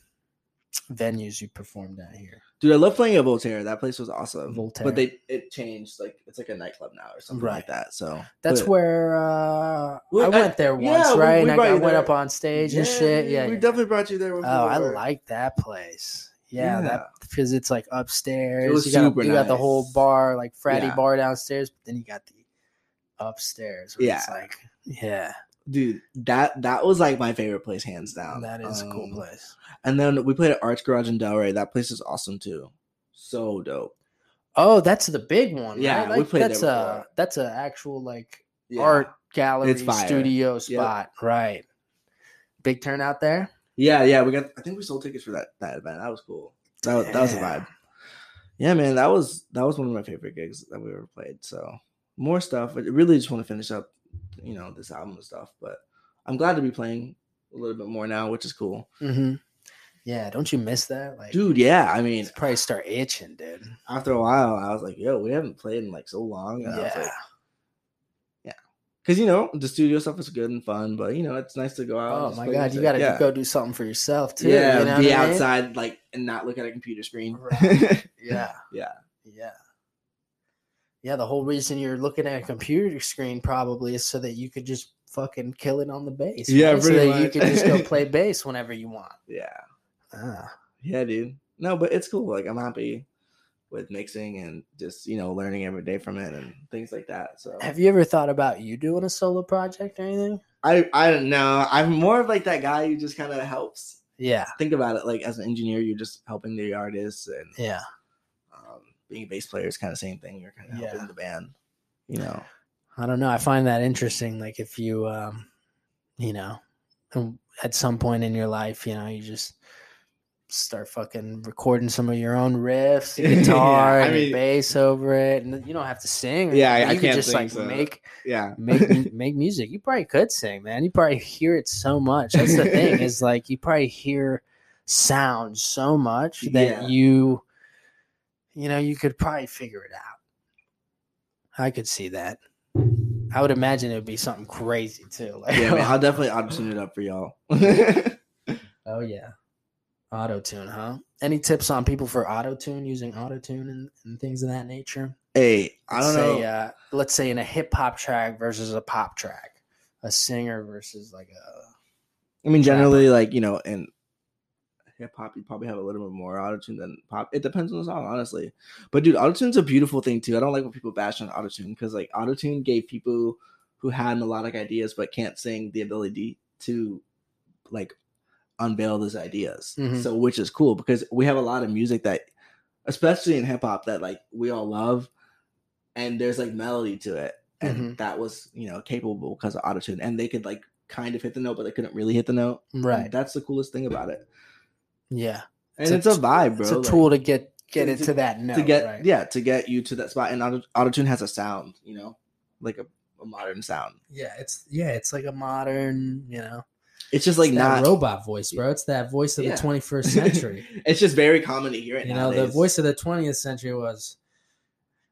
S3: venues you performed at here?
S4: Dude, I love playing at Voltaire. That place was awesome.
S3: Voltaire.
S4: but they it changed. Like it's like a nightclub now or something like
S3: Right.
S4: that. So
S3: That's
S4: but-
S3: where uh
S4: Well,
S3: I
S4: I-
S3: went there
S4: yeah,
S3: once,
S4: we-
S3: right?
S4: we
S3: and I,
S4: brought
S3: got-
S4: you
S3: went
S4: there.
S3: up on stage and shit.
S4: we-
S3: Yeah.
S4: we
S3: yeah.
S4: definitely brought you there.
S3: Oh,
S4: before.
S3: I like that place. Yeah, that because it's like upstairs.
S4: was
S3: you got,
S4: super
S3: you got the
S4: nice.
S3: whole bar, like fratty
S4: Yeah.
S3: bar downstairs, but then you got the upstairs. Where It's
S4: Yeah.
S3: like, yeah,
S4: dude. That that was like my favorite place, hands down.
S3: that is a cool
S4: Um,
S3: place.
S4: And then we played at Arts Garage in Delray. That place is awesome too. So dope.
S3: Oh, that's the big one.
S4: yeah,
S3: right?
S4: we
S3: like,
S4: played there
S3: that's a
S4: before.
S3: that's an actual like
S4: Yeah.
S3: art gallery
S4: fire.
S3: studio spot, right? Big turnout there.
S4: Yeah, yeah. We got. I think we sold tickets for that that event. That was cool. That was, that was a
S3: Yeah.
S4: vibe. Yeah, man. That was that was one of my favorite gigs that we ever played. So more stuff. I really just want to finish up, you know, this album and stuff. But I'm glad to be playing a little bit more now, which is cool,
S3: Mm-hmm. Yeah, don't you miss that, like,
S4: dude. Yeah, I
S3: you
S4: mean,
S3: probably start itching, dude.
S4: after a while, I was like, yo, we haven't played in like so long. And I was
S3: Yeah.
S4: like, yeah. Because, you know, the studio stuff is good and fun, but, you know, it's nice to go out. and
S3: Oh
S4: just
S3: my
S4: play
S3: god, you
S4: music.
S3: got to
S4: yeah.
S3: go do something for yourself too.
S4: yeah,
S3: you know
S4: be
S3: what I mean?
S4: outside, like, and not look at a computer screen.
S3: Right. Yeah.
S4: Yeah.
S3: Yeah. Yeah. The whole reason you're looking at a computer screen probably is so that you could just fucking kill it on the bass.
S4: Yeah,
S3: right? so
S4: pretty
S3: that you
S4: much.
S3: can just go play bass whenever you want.
S4: yeah.
S3: Ah,
S4: Yeah, dude. No, but it's cool. Like, I'm happy with mixing and just, you know, learning every day from it and things like that. So
S3: Have you ever thought about you doing a solo project or anything?
S4: I, I don't know. I'm more of like that guy who just kind of helps.
S3: Yeah.
S4: Think about it. Like, as an engineer, you're just helping the artists and
S3: Yeah.
S4: um, being a bass player is kind of the same thing. You're kind of
S3: Yeah.
S4: helping the band, you know.
S3: I don't know. I find that interesting. Like if you, um, you know, um, at some point in your life, you know, you just start fucking recording some of your own riffs, your
S4: Yeah,
S3: guitar,
S4: I
S3: and your
S4: mean-
S3: bass over it, and you don't have to sing. or
S4: Yeah, I-
S3: anything.
S4: I
S3: you
S4: can't
S3: just
S4: sing,
S3: like
S4: so-
S3: make
S4: Yeah,
S3: make mu- make music. You probably could sing, man. You probably hear it so much. That's the thing is like you probably hear sounds so much that
S4: Yeah.
S3: you, you know, you could probably figure it out. I could see that. I would imagine it would be something crazy too. Like,
S4: yeah. Man, I'll definitely audition it up for y'all. yeah,
S3: oh yeah, auto tune, huh? Any tips on people for auto tune using auto tune and, and things of that nature?
S4: hey, I don't
S3: say,
S4: know.
S3: Uh, let's say in a hip hop track versus a pop track, a singer versus like a
S4: I mean, generally, like you know, in hip hop, you probably have a little bit more autotune than pop. It depends on the song, honestly. But dude, autotune's a beautiful thing too. I don't like when people bash on autotune because like autotune gave people who had melodic ideas but can't sing the ability to like unveil those ideas.
S3: Mhm.
S4: So which is cool because we have a lot of music that, especially in hip hop, that like we all love, and there's like melody to it. And
S3: Mhm.
S4: that was, you know, capable because of autotune. And they could like kind of hit the note, but they couldn't really hit the note. And
S3: right.
S4: That's the coolest thing about it.
S3: Yeah,
S4: And
S3: It's
S4: it's,
S3: a
S4: a vibe, bro.
S3: it's a
S4: like,
S3: tool to get get
S4: to-
S3: it to that note.
S4: to get
S3: right?
S4: yeah, to get you to that spot. And auto autotune has a sound, you know, like a, a modern sound.
S3: yeah, it's yeah, it's like a modern, you know,
S4: It's just like
S3: it's that
S4: not
S3: robot voice, bro. It's that voice of
S4: Yeah.
S3: the 21st century.
S4: it's just very common to hear it.
S3: you know, the
S4: nowadays.
S3: voice of the 20th century was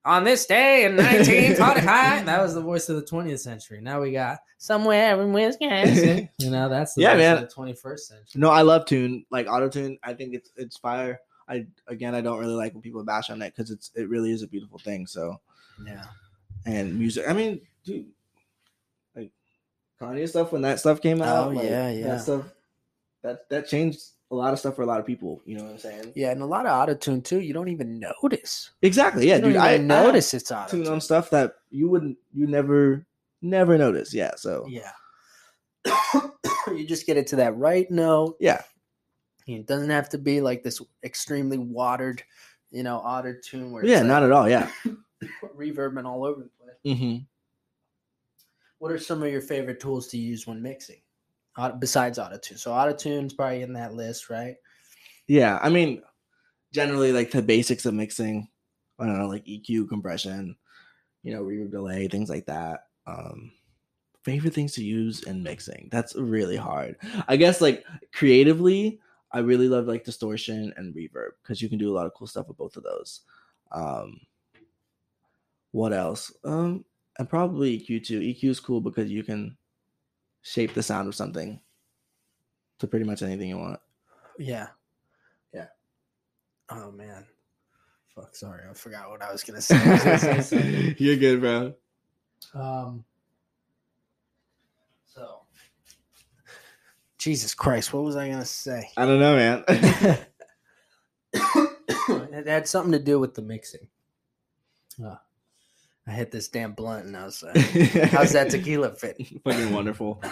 S3: on this day in 1945. that was the voice of the 20th century. Now we got somewhere in Wisconsin. you know, that's the
S4: Yeah,
S3: voice
S4: man.
S3: of the 21st century.
S4: No, I love tune like autotune. I think it's it's fire. I again, I don't really like when people bash on it because it's it really is a beautiful thing. So
S3: Yeah,
S4: and music. I mean, dude, like Kanye stuff when that stuff came out.
S3: Oh,
S4: like,
S3: yeah, yeah.
S4: That stuff that that changed a lot of stuff for a lot of people. You know what I'm saying?
S3: yeah, and a lot of auto tune too. You don't even notice.
S4: Exactly. Yeah,
S3: you don't
S4: dude.
S3: even
S4: I noticed
S3: notice it's auto
S4: tune
S3: tune.
S4: on stuff that you wouldn't, you never, never notice. Yeah. So
S3: Yeah. you just get it to that right note.
S4: Yeah.
S3: It doesn't have to be like this extremely watered, you know, auto tune where
S4: yeah,
S3: it's
S4: not at all. Yeah. Mm-hmm.
S3: like reverbing all over the place.
S4: hmm
S3: What are some of your favorite tools to use when mixing, Au- besides autotune? So autotune's probably in that list, right?
S4: Yeah, I mean, generally like the basics of mixing. I don't know, like EQ, compression, you know, reverb delay, things like that. Um, favorite things to use in mixing. That's really hard. I guess like creatively, I really love like distortion and reverb because you can do a lot of cool stuff with both of those. Um, what else? Um, and probably EQ too. EQ is cool because you can shape the sound of something to pretty much anything you want.
S3: Yeah.
S4: Yeah.
S3: Oh man. Fuck. Sorry, I forgot what I was gonna say. I was gonna say something.
S4: You're good, bro.
S3: um. So. Jesus Christ, what was I gonna say?
S4: I don't know, man.
S3: it had something to do with the mixing. Ah, I hit this damn blunt and I was like, how's that tequila fit?
S4: Fucking wonderful.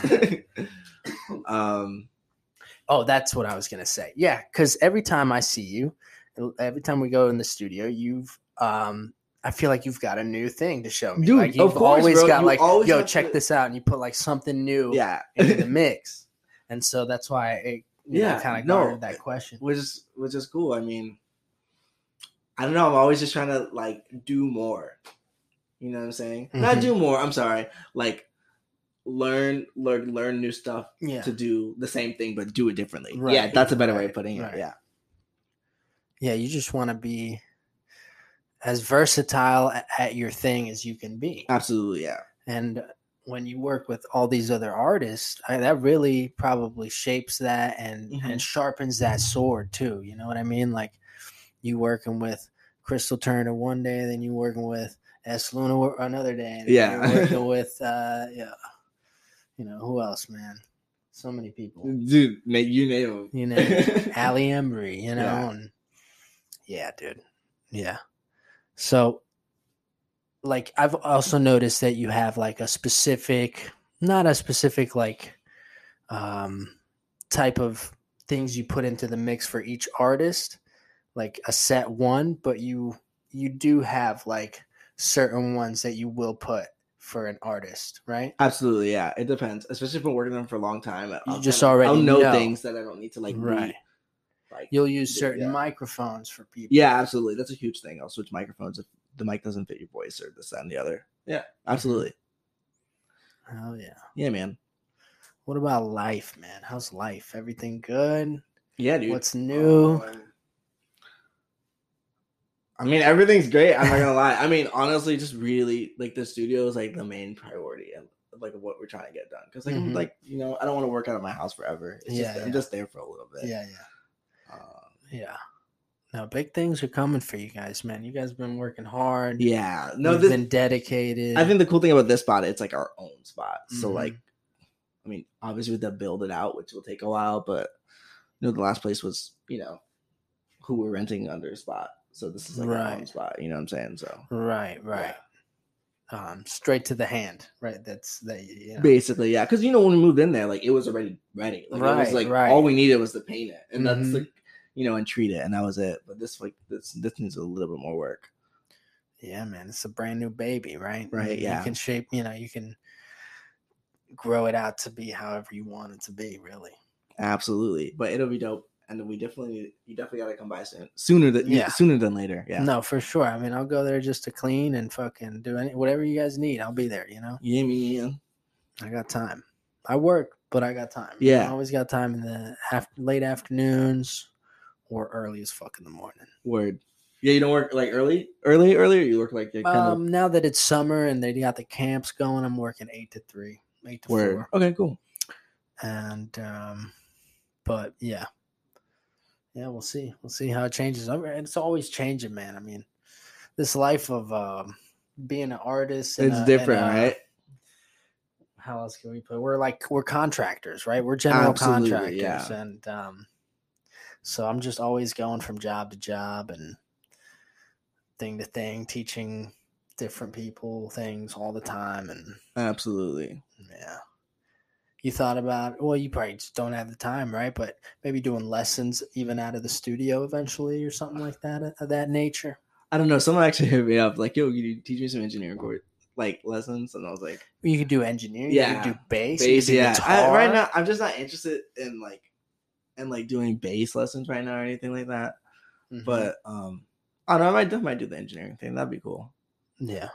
S4: um,
S3: Oh, that's what I was going to say. Yeah, because every time I see you, every time we go in the studio, you've, um, I feel like you've got a new thing to show me.
S4: Dude,
S3: like
S4: of
S3: you've
S4: course,
S3: always
S4: bro.
S3: got
S4: You
S3: like,
S4: always
S3: yo,
S4: have
S3: check
S4: to-
S3: this out. And you put like something new
S4: yeah,
S3: into the mix. And so that's why it yeah,
S4: Yeah,
S3: kind of
S4: no.
S3: garnered that question.
S4: which is which is cool. I mean, I don't know. I'm always just trying to like do more. You know what I'm saying? Not
S3: Mhm.
S4: do more. I'm sorry. Like learn, learn, learn new stuff
S3: Yeah.
S4: to do the same thing, but do it differently.
S3: Right,
S4: Yeah, that's a better way
S3: right,
S4: of putting it.
S3: right.
S4: Yeah,
S3: Yeah, you just want to be as versatile a- at your thing as you can be.
S4: absolutely. Yeah.
S3: And when you work with all these other artists, I, that really probably shapes that and
S4: Mhm.
S3: and sharpens that sword too. You know what I mean? Like you working with Crystal Turner one day, then you working with S Luna wo- another day, and then
S4: Yeah.
S3: you're working with uh, yeah, you know who else, man? So many people.
S4: Dude, na- you name
S3: You know,
S4: them.
S3: Ali Embry, you know,
S4: Yeah.
S3: and yeah, dude, yeah. So, like, I've also noticed that you have like a specific, not a specific like, um, type of things you put into the mix for each artist, like a set one, but you you do have like certain ones that you will put for an artist, right?
S4: Absolutely, yeah. It depends, especially if I'm working on them for a long time. I'll
S3: just
S4: kinda- I'll
S3: already
S4: know,
S3: know.
S4: things that I don't need to like.
S3: Right.
S4: Read. Like,
S3: You'll use certain
S4: Yeah.
S3: microphones for people.
S4: yeah, absolutely. That's a huge thing. I'll switch microphones if the mic doesn't fit your voice or this that, and the other. Yeah, absolutely.
S3: Hell Oh, yeah.
S4: Yeah, man.
S3: What about life, man? How's life? Everything good?
S4: Yeah, dude.
S3: What's new?
S4: Um, I mean, everything's great. I'm not gonna lie. I mean, honestly, just really like the studio is like the main priority and like what we're trying to get done. Because like, I'm,
S3: Mhm.
S4: like you know, I don't want to work out of my house forever. It's
S3: Yeah,
S4: just,
S3: yeah.
S4: I'm just there for a little bit.
S3: yeah,
S4: Um,
S3: yeah, yeah. Now big things are coming for you guys, man. You guys have been working hard.
S4: yeah. No,
S3: You've
S4: this,
S3: been dedicated.
S4: I think the cool thing about this spot, it's like our own spot. So
S3: Mhm.
S4: like, I mean, obviously we have to build it out, which will take a while. But you know, the last place was you know who we're renting under spot. So this is like our own
S3: Right.
S4: spot. You know what I'm saying? So
S3: right, right. Um, straight to the hand, right? That's that. You know.
S4: basically, yeah, because you know when we moved in there, like it was already ready. Like, It
S3: Right,
S4: was like
S3: right.
S4: all we needed was to paint it, and that's
S3: Mhm.
S4: like you know and treat it, and that was it. But this like this this needs a little bit more work.
S3: Yeah, man. It's a brand new baby, right?
S4: Right,
S3: You-
S4: yeah.
S3: You can shape. You know, you can grow it out to be however you want it to be. Really.
S4: Absolutely, but it'll be dope. And we definitely need, you definitely gotta come by soon sooner than
S3: Yeah.
S4: sooner than later. Yeah.
S3: No, for sure. I mean, I'll go there just to clean and fucking do any whatever you guys need. I'll be there. You know.
S4: Yeah, man.
S3: I got time. I work, but I got time.
S4: Yeah.
S3: I always got time in the af- late afternoons or early as fuck in the morning.
S4: Word. Yeah, you don't work like early, early, early. Or you work like you're kind
S3: Um, now that it's summer and they got the camps going, I'm working eight to three, eight to
S4: of word.
S3: four,
S4: Okay, cool.
S3: and um, but yeah, yeah, we'll see, we'll see how it changes. I'm- and It's always changing, man. I mean, this life of um, being an artist, and
S4: it's
S3: a- and uh,
S4: different,
S3: a-
S4: right?
S3: how else can we put it? we're like we're contractors right we're general
S4: Absolutely,
S3: contractors
S4: yeah.
S3: and um so i'm just always going from job to job and thing to thing teaching different people things all the time and
S4: Absolutely.
S3: yeah you thought about well you probably just don't have the time right but maybe doing lessons even out of the studio eventually or something like that uh, of that nature
S4: I don't know. Someone actually hit me up like, "Yo, can you teach me some engineering course, like lessons, and I was like,
S3: You could do engineering. You
S4: Yeah.
S3: could do bass.
S4: bass.
S3: you could do
S4: Yeah, I- right
S3: guitar.
S4: now I'm just not interested in like in like doing bass lessons right now or anything like that.
S3: Mhm.
S4: But um, I don't know. I might, I might do the engineering thing. That'd be cool.
S3: yeah,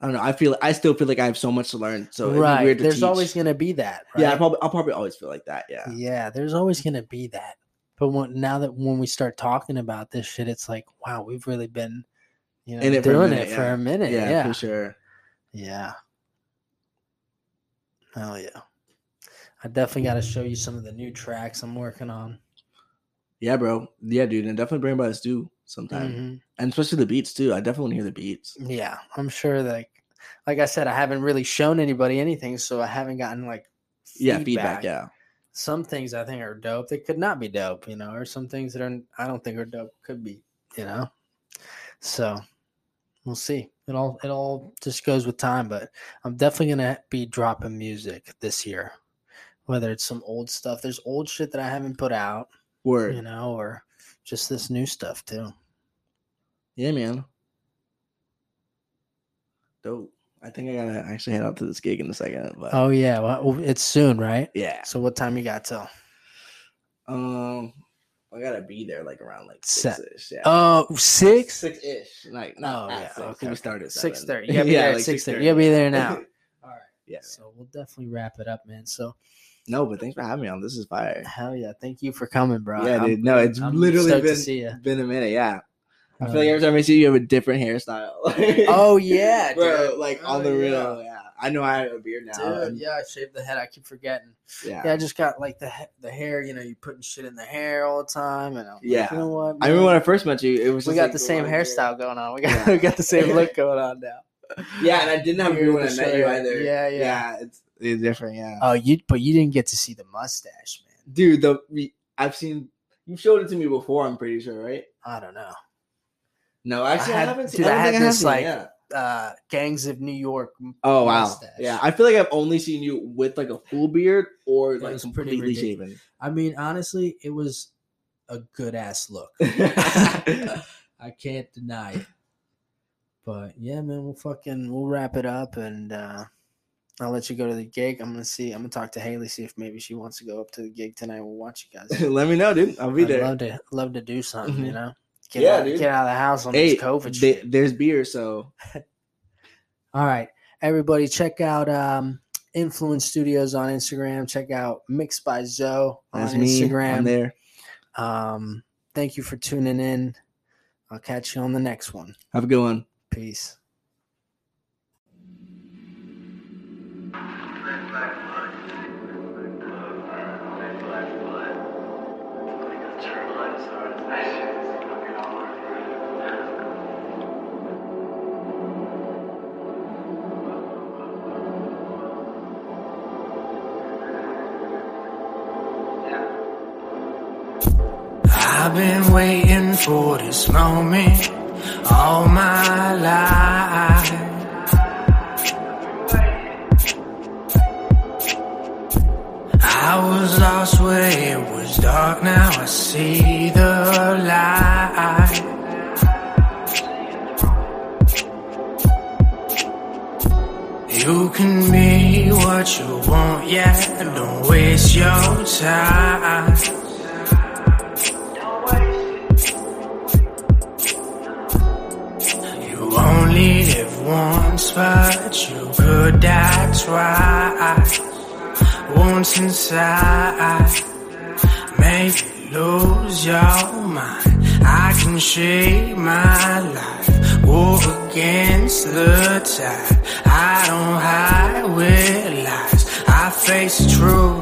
S4: I don't know. I feel I still feel like I have so much to learn. So it'd
S3: right.
S4: be weird to
S3: there's
S4: teach.
S3: always gonna be that. Right?
S4: yeah. I probably I'll probably always feel like that. Yeah.
S3: Yeah, there's always going to be that. But when, now that when we start talking about this shit, it's like, wow, we've really been, you know,
S4: In it for a
S3: doing
S4: minute,
S3: it for
S4: yeah.
S3: a minute.
S4: yeah,
S3: Yeah,
S4: for sure.
S3: yeah. Hell yeah! I definitely got to show you some of the new tracks I'm working on.
S4: Yeah, bro. Yeah, dude. And definitely bring by us too sometime,
S3: Mhm.
S4: and especially the beats too. I definitely want to hear the beats.
S3: Yeah, I'm sure that, like, like I said, I haven't really shown anybody anything, so I haven't gotten like
S4: Yeah, feedback. Yeah,
S3: some things I think are dope that could not be dope, you know, or some things that are I don't think are dope could be, you know. So we'll see. It all it all just goes with time, but I'm definitely gonna be dropping music this year. Whether it's some old stuff, there's old shit that I haven't put out,
S4: word.
S3: you know, or just this new stuff too.
S4: Yeah, man. Dope. I think I gotta actually head out to this gig in a second, but
S3: Oh yeah, well it's soon, right?
S4: yeah.
S3: So what time you got till?
S4: Um, I gotta be there like around like
S3: Se-
S4: six ish. Yeah.
S3: Oh, six,
S4: six ish. Like no,
S3: Oh,
S4: yeah.
S3: yeah,
S4: Six.
S3: okay,
S4: We
S3: okay.
S4: started at
S3: six
S4: seven.
S3: thirty. You gotta be there at
S4: like
S3: six thirty. You gotta be there now. All right.
S4: yeah.
S3: So we'll definitely wrap it up, man. So
S4: No, but thanks for having me on. This is fire.
S3: Hell yeah! Thank you for coming, bro.
S4: yeah,
S3: I'm-
S4: dude. No, it's
S3: I'm
S4: literally
S3: stoked to
S4: been
S3: see ya.
S4: been a minute. Yeah. I
S3: No,
S4: feel like every time I see you, you have a different hairstyle.
S3: Oh yeah, dude.
S4: bro. Like on
S3: Oh,
S4: the
S3: yeah.
S4: real. Yeah. I know I have a beard now.
S3: Dude,
S4: and-
S3: yeah, I shaved the head. I keep forgetting.
S4: yeah.
S3: Yeah, I just got like the he- the hair. You know, you putting shit in the hair all the time, and I'm like,
S4: Yeah.
S3: you know what?
S4: I
S3: man?
S4: remember when I first met you, it was
S3: we
S4: just,
S3: got
S4: like,
S3: the same
S4: long hair.
S3: hairstyle going on. We got
S4: Yeah.
S3: we got the same look going on now.
S4: Yeah, and I didn't have a beard
S3: Beard
S4: when I
S3: and
S4: met you
S3: short.
S4: either.
S3: Yeah, yeah.
S4: it's, it's different. Yeah,
S3: Oh, you but you didn't get to see the mustache, man.
S4: dude, the we- I've seen you showed it to me before. I'm pretty sure, right?
S3: I don't know.
S4: No, actually, I,
S3: had-
S4: haven't seen.
S3: dude,
S4: I, don't
S3: I
S4: think
S3: had
S4: have
S3: this,
S4: seen it,
S3: like-
S4: yeah.
S3: Uh, Gangs of New York.
S4: Oh wow,
S3: mustache.
S4: yeah. I feel like I've only seen you with like a full beard or
S3: It
S4: like
S3: was pretty
S4: completely shaven.
S3: I mean, honestly, it was a good ass look. I can't deny it. But yeah, man, we'll fucking we'll wrap it up and uh I'll let you go to the gig. I'm gonna see I'm gonna talk to Haley, see if maybe she wants to go up to the gig tonight. We'll watch you guys.
S4: Let me know, dude. I'll be
S3: I'd
S4: there.
S3: love to love to do something, you know?
S4: Mm-hmm.
S3: Get
S4: Yeah,
S3: out,
S4: dude.
S3: get out of the house on
S4: Hey,
S3: this COVID
S4: they-
S3: shit.
S4: there's beer, so
S3: All right. Everybody check out um Influence Studios on Instagram. Check out Mixed by Zoe on
S4: that's me.
S3: Instagram.
S4: I'm there.
S3: Um thank you for tuning in. I'll catch you on the next one.
S4: Have a good one.
S3: Peace.
S5: I've been waiting for this moment all my life. I was lost where it was dark, now I see the light. You can be what you want, yeah, don't waste your time. You only live once, but you could die twice. Once inside, make you lose your mind. I can shape my life, walk against the tide. I don't hide with lies. I face the truth,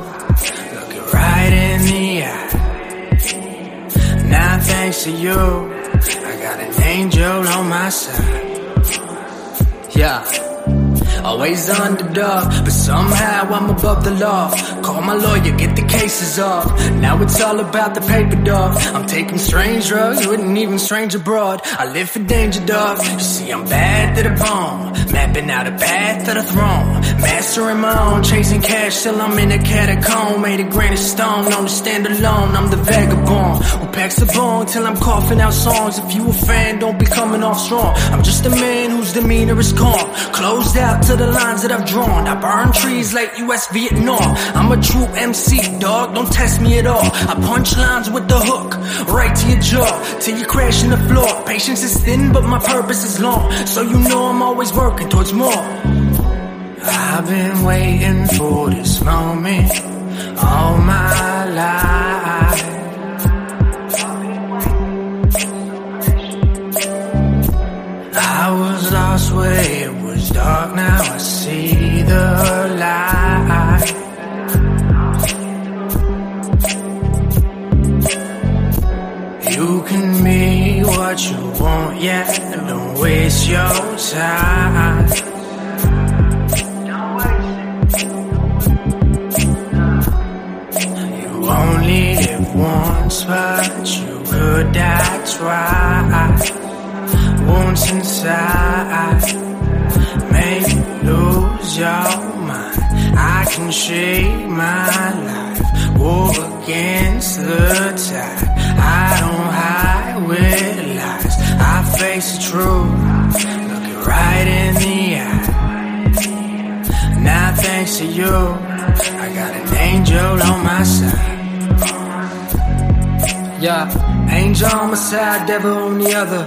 S5: look it right in the eye. Now thanks to you, I got an angel on my side. Yeah. Always underdog, but somehow I'm above the law. Call my lawyer, get the cases off. Now it's all about the paper, dog. I'm taking strange drugs, wouldn't even strange abroad. I live for danger, dog. You see, I'm bad to the bone. Mapping out a path to the throne. Mastering my own, chasing cash till I'm in a catacomb. Made a granite stone, known to stand alone. I'm the vagabond who packs a bone till I'm coughing out songs. If you a fan, don't be coming off strong. I'm just a man whose demeanor is calm. Closed out to the lines that I've drawn. I burn trees like US Vietnam. I'm a true MC, dog. Don't test me at all. I punch lines with the hook, right to your jaw, till you crash in the floor. Patience is thin, but my purpose is long. So you know I'm always working towards more. I've been waiting for this moment all my life. I was lost where it was dark, now I see the light. You can be what you want, yeah, don't waste your time. You only live once, but you could die twice. Once inside, make you lose your mind. I can shape my life, walk against the tide. I don't hide with lies. I face the truth, look it right in the eye. Now thanks to you, I got an angel on my side. Yeah, angel on my side, devil on the other.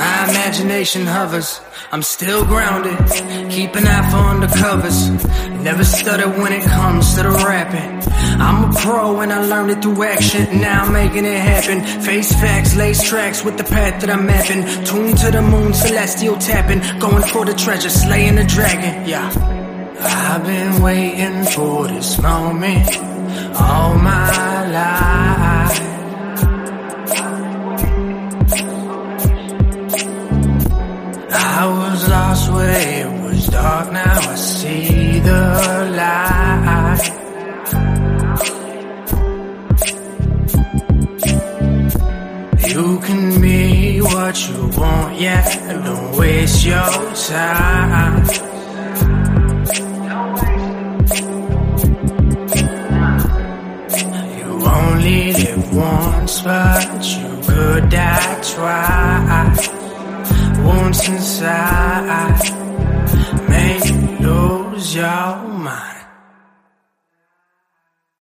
S5: My imagination hovers. I'm still grounded, keep an eye for undercovers. Never stutter when it comes to the rapping. I'm a pro and I learned it through action. Now I'm making it happen. Face facts, lace tracks with the path that I'm mapping. Tuned to the moon, celestial tapping. Going for the treasure, slaying the dragon. Yeah. I've been waiting for this moment all my life. I was lost where it was dark, now I see the light. You can be what you want, yeah, don't waste your time. You only live once, but you could die twice. Once inside,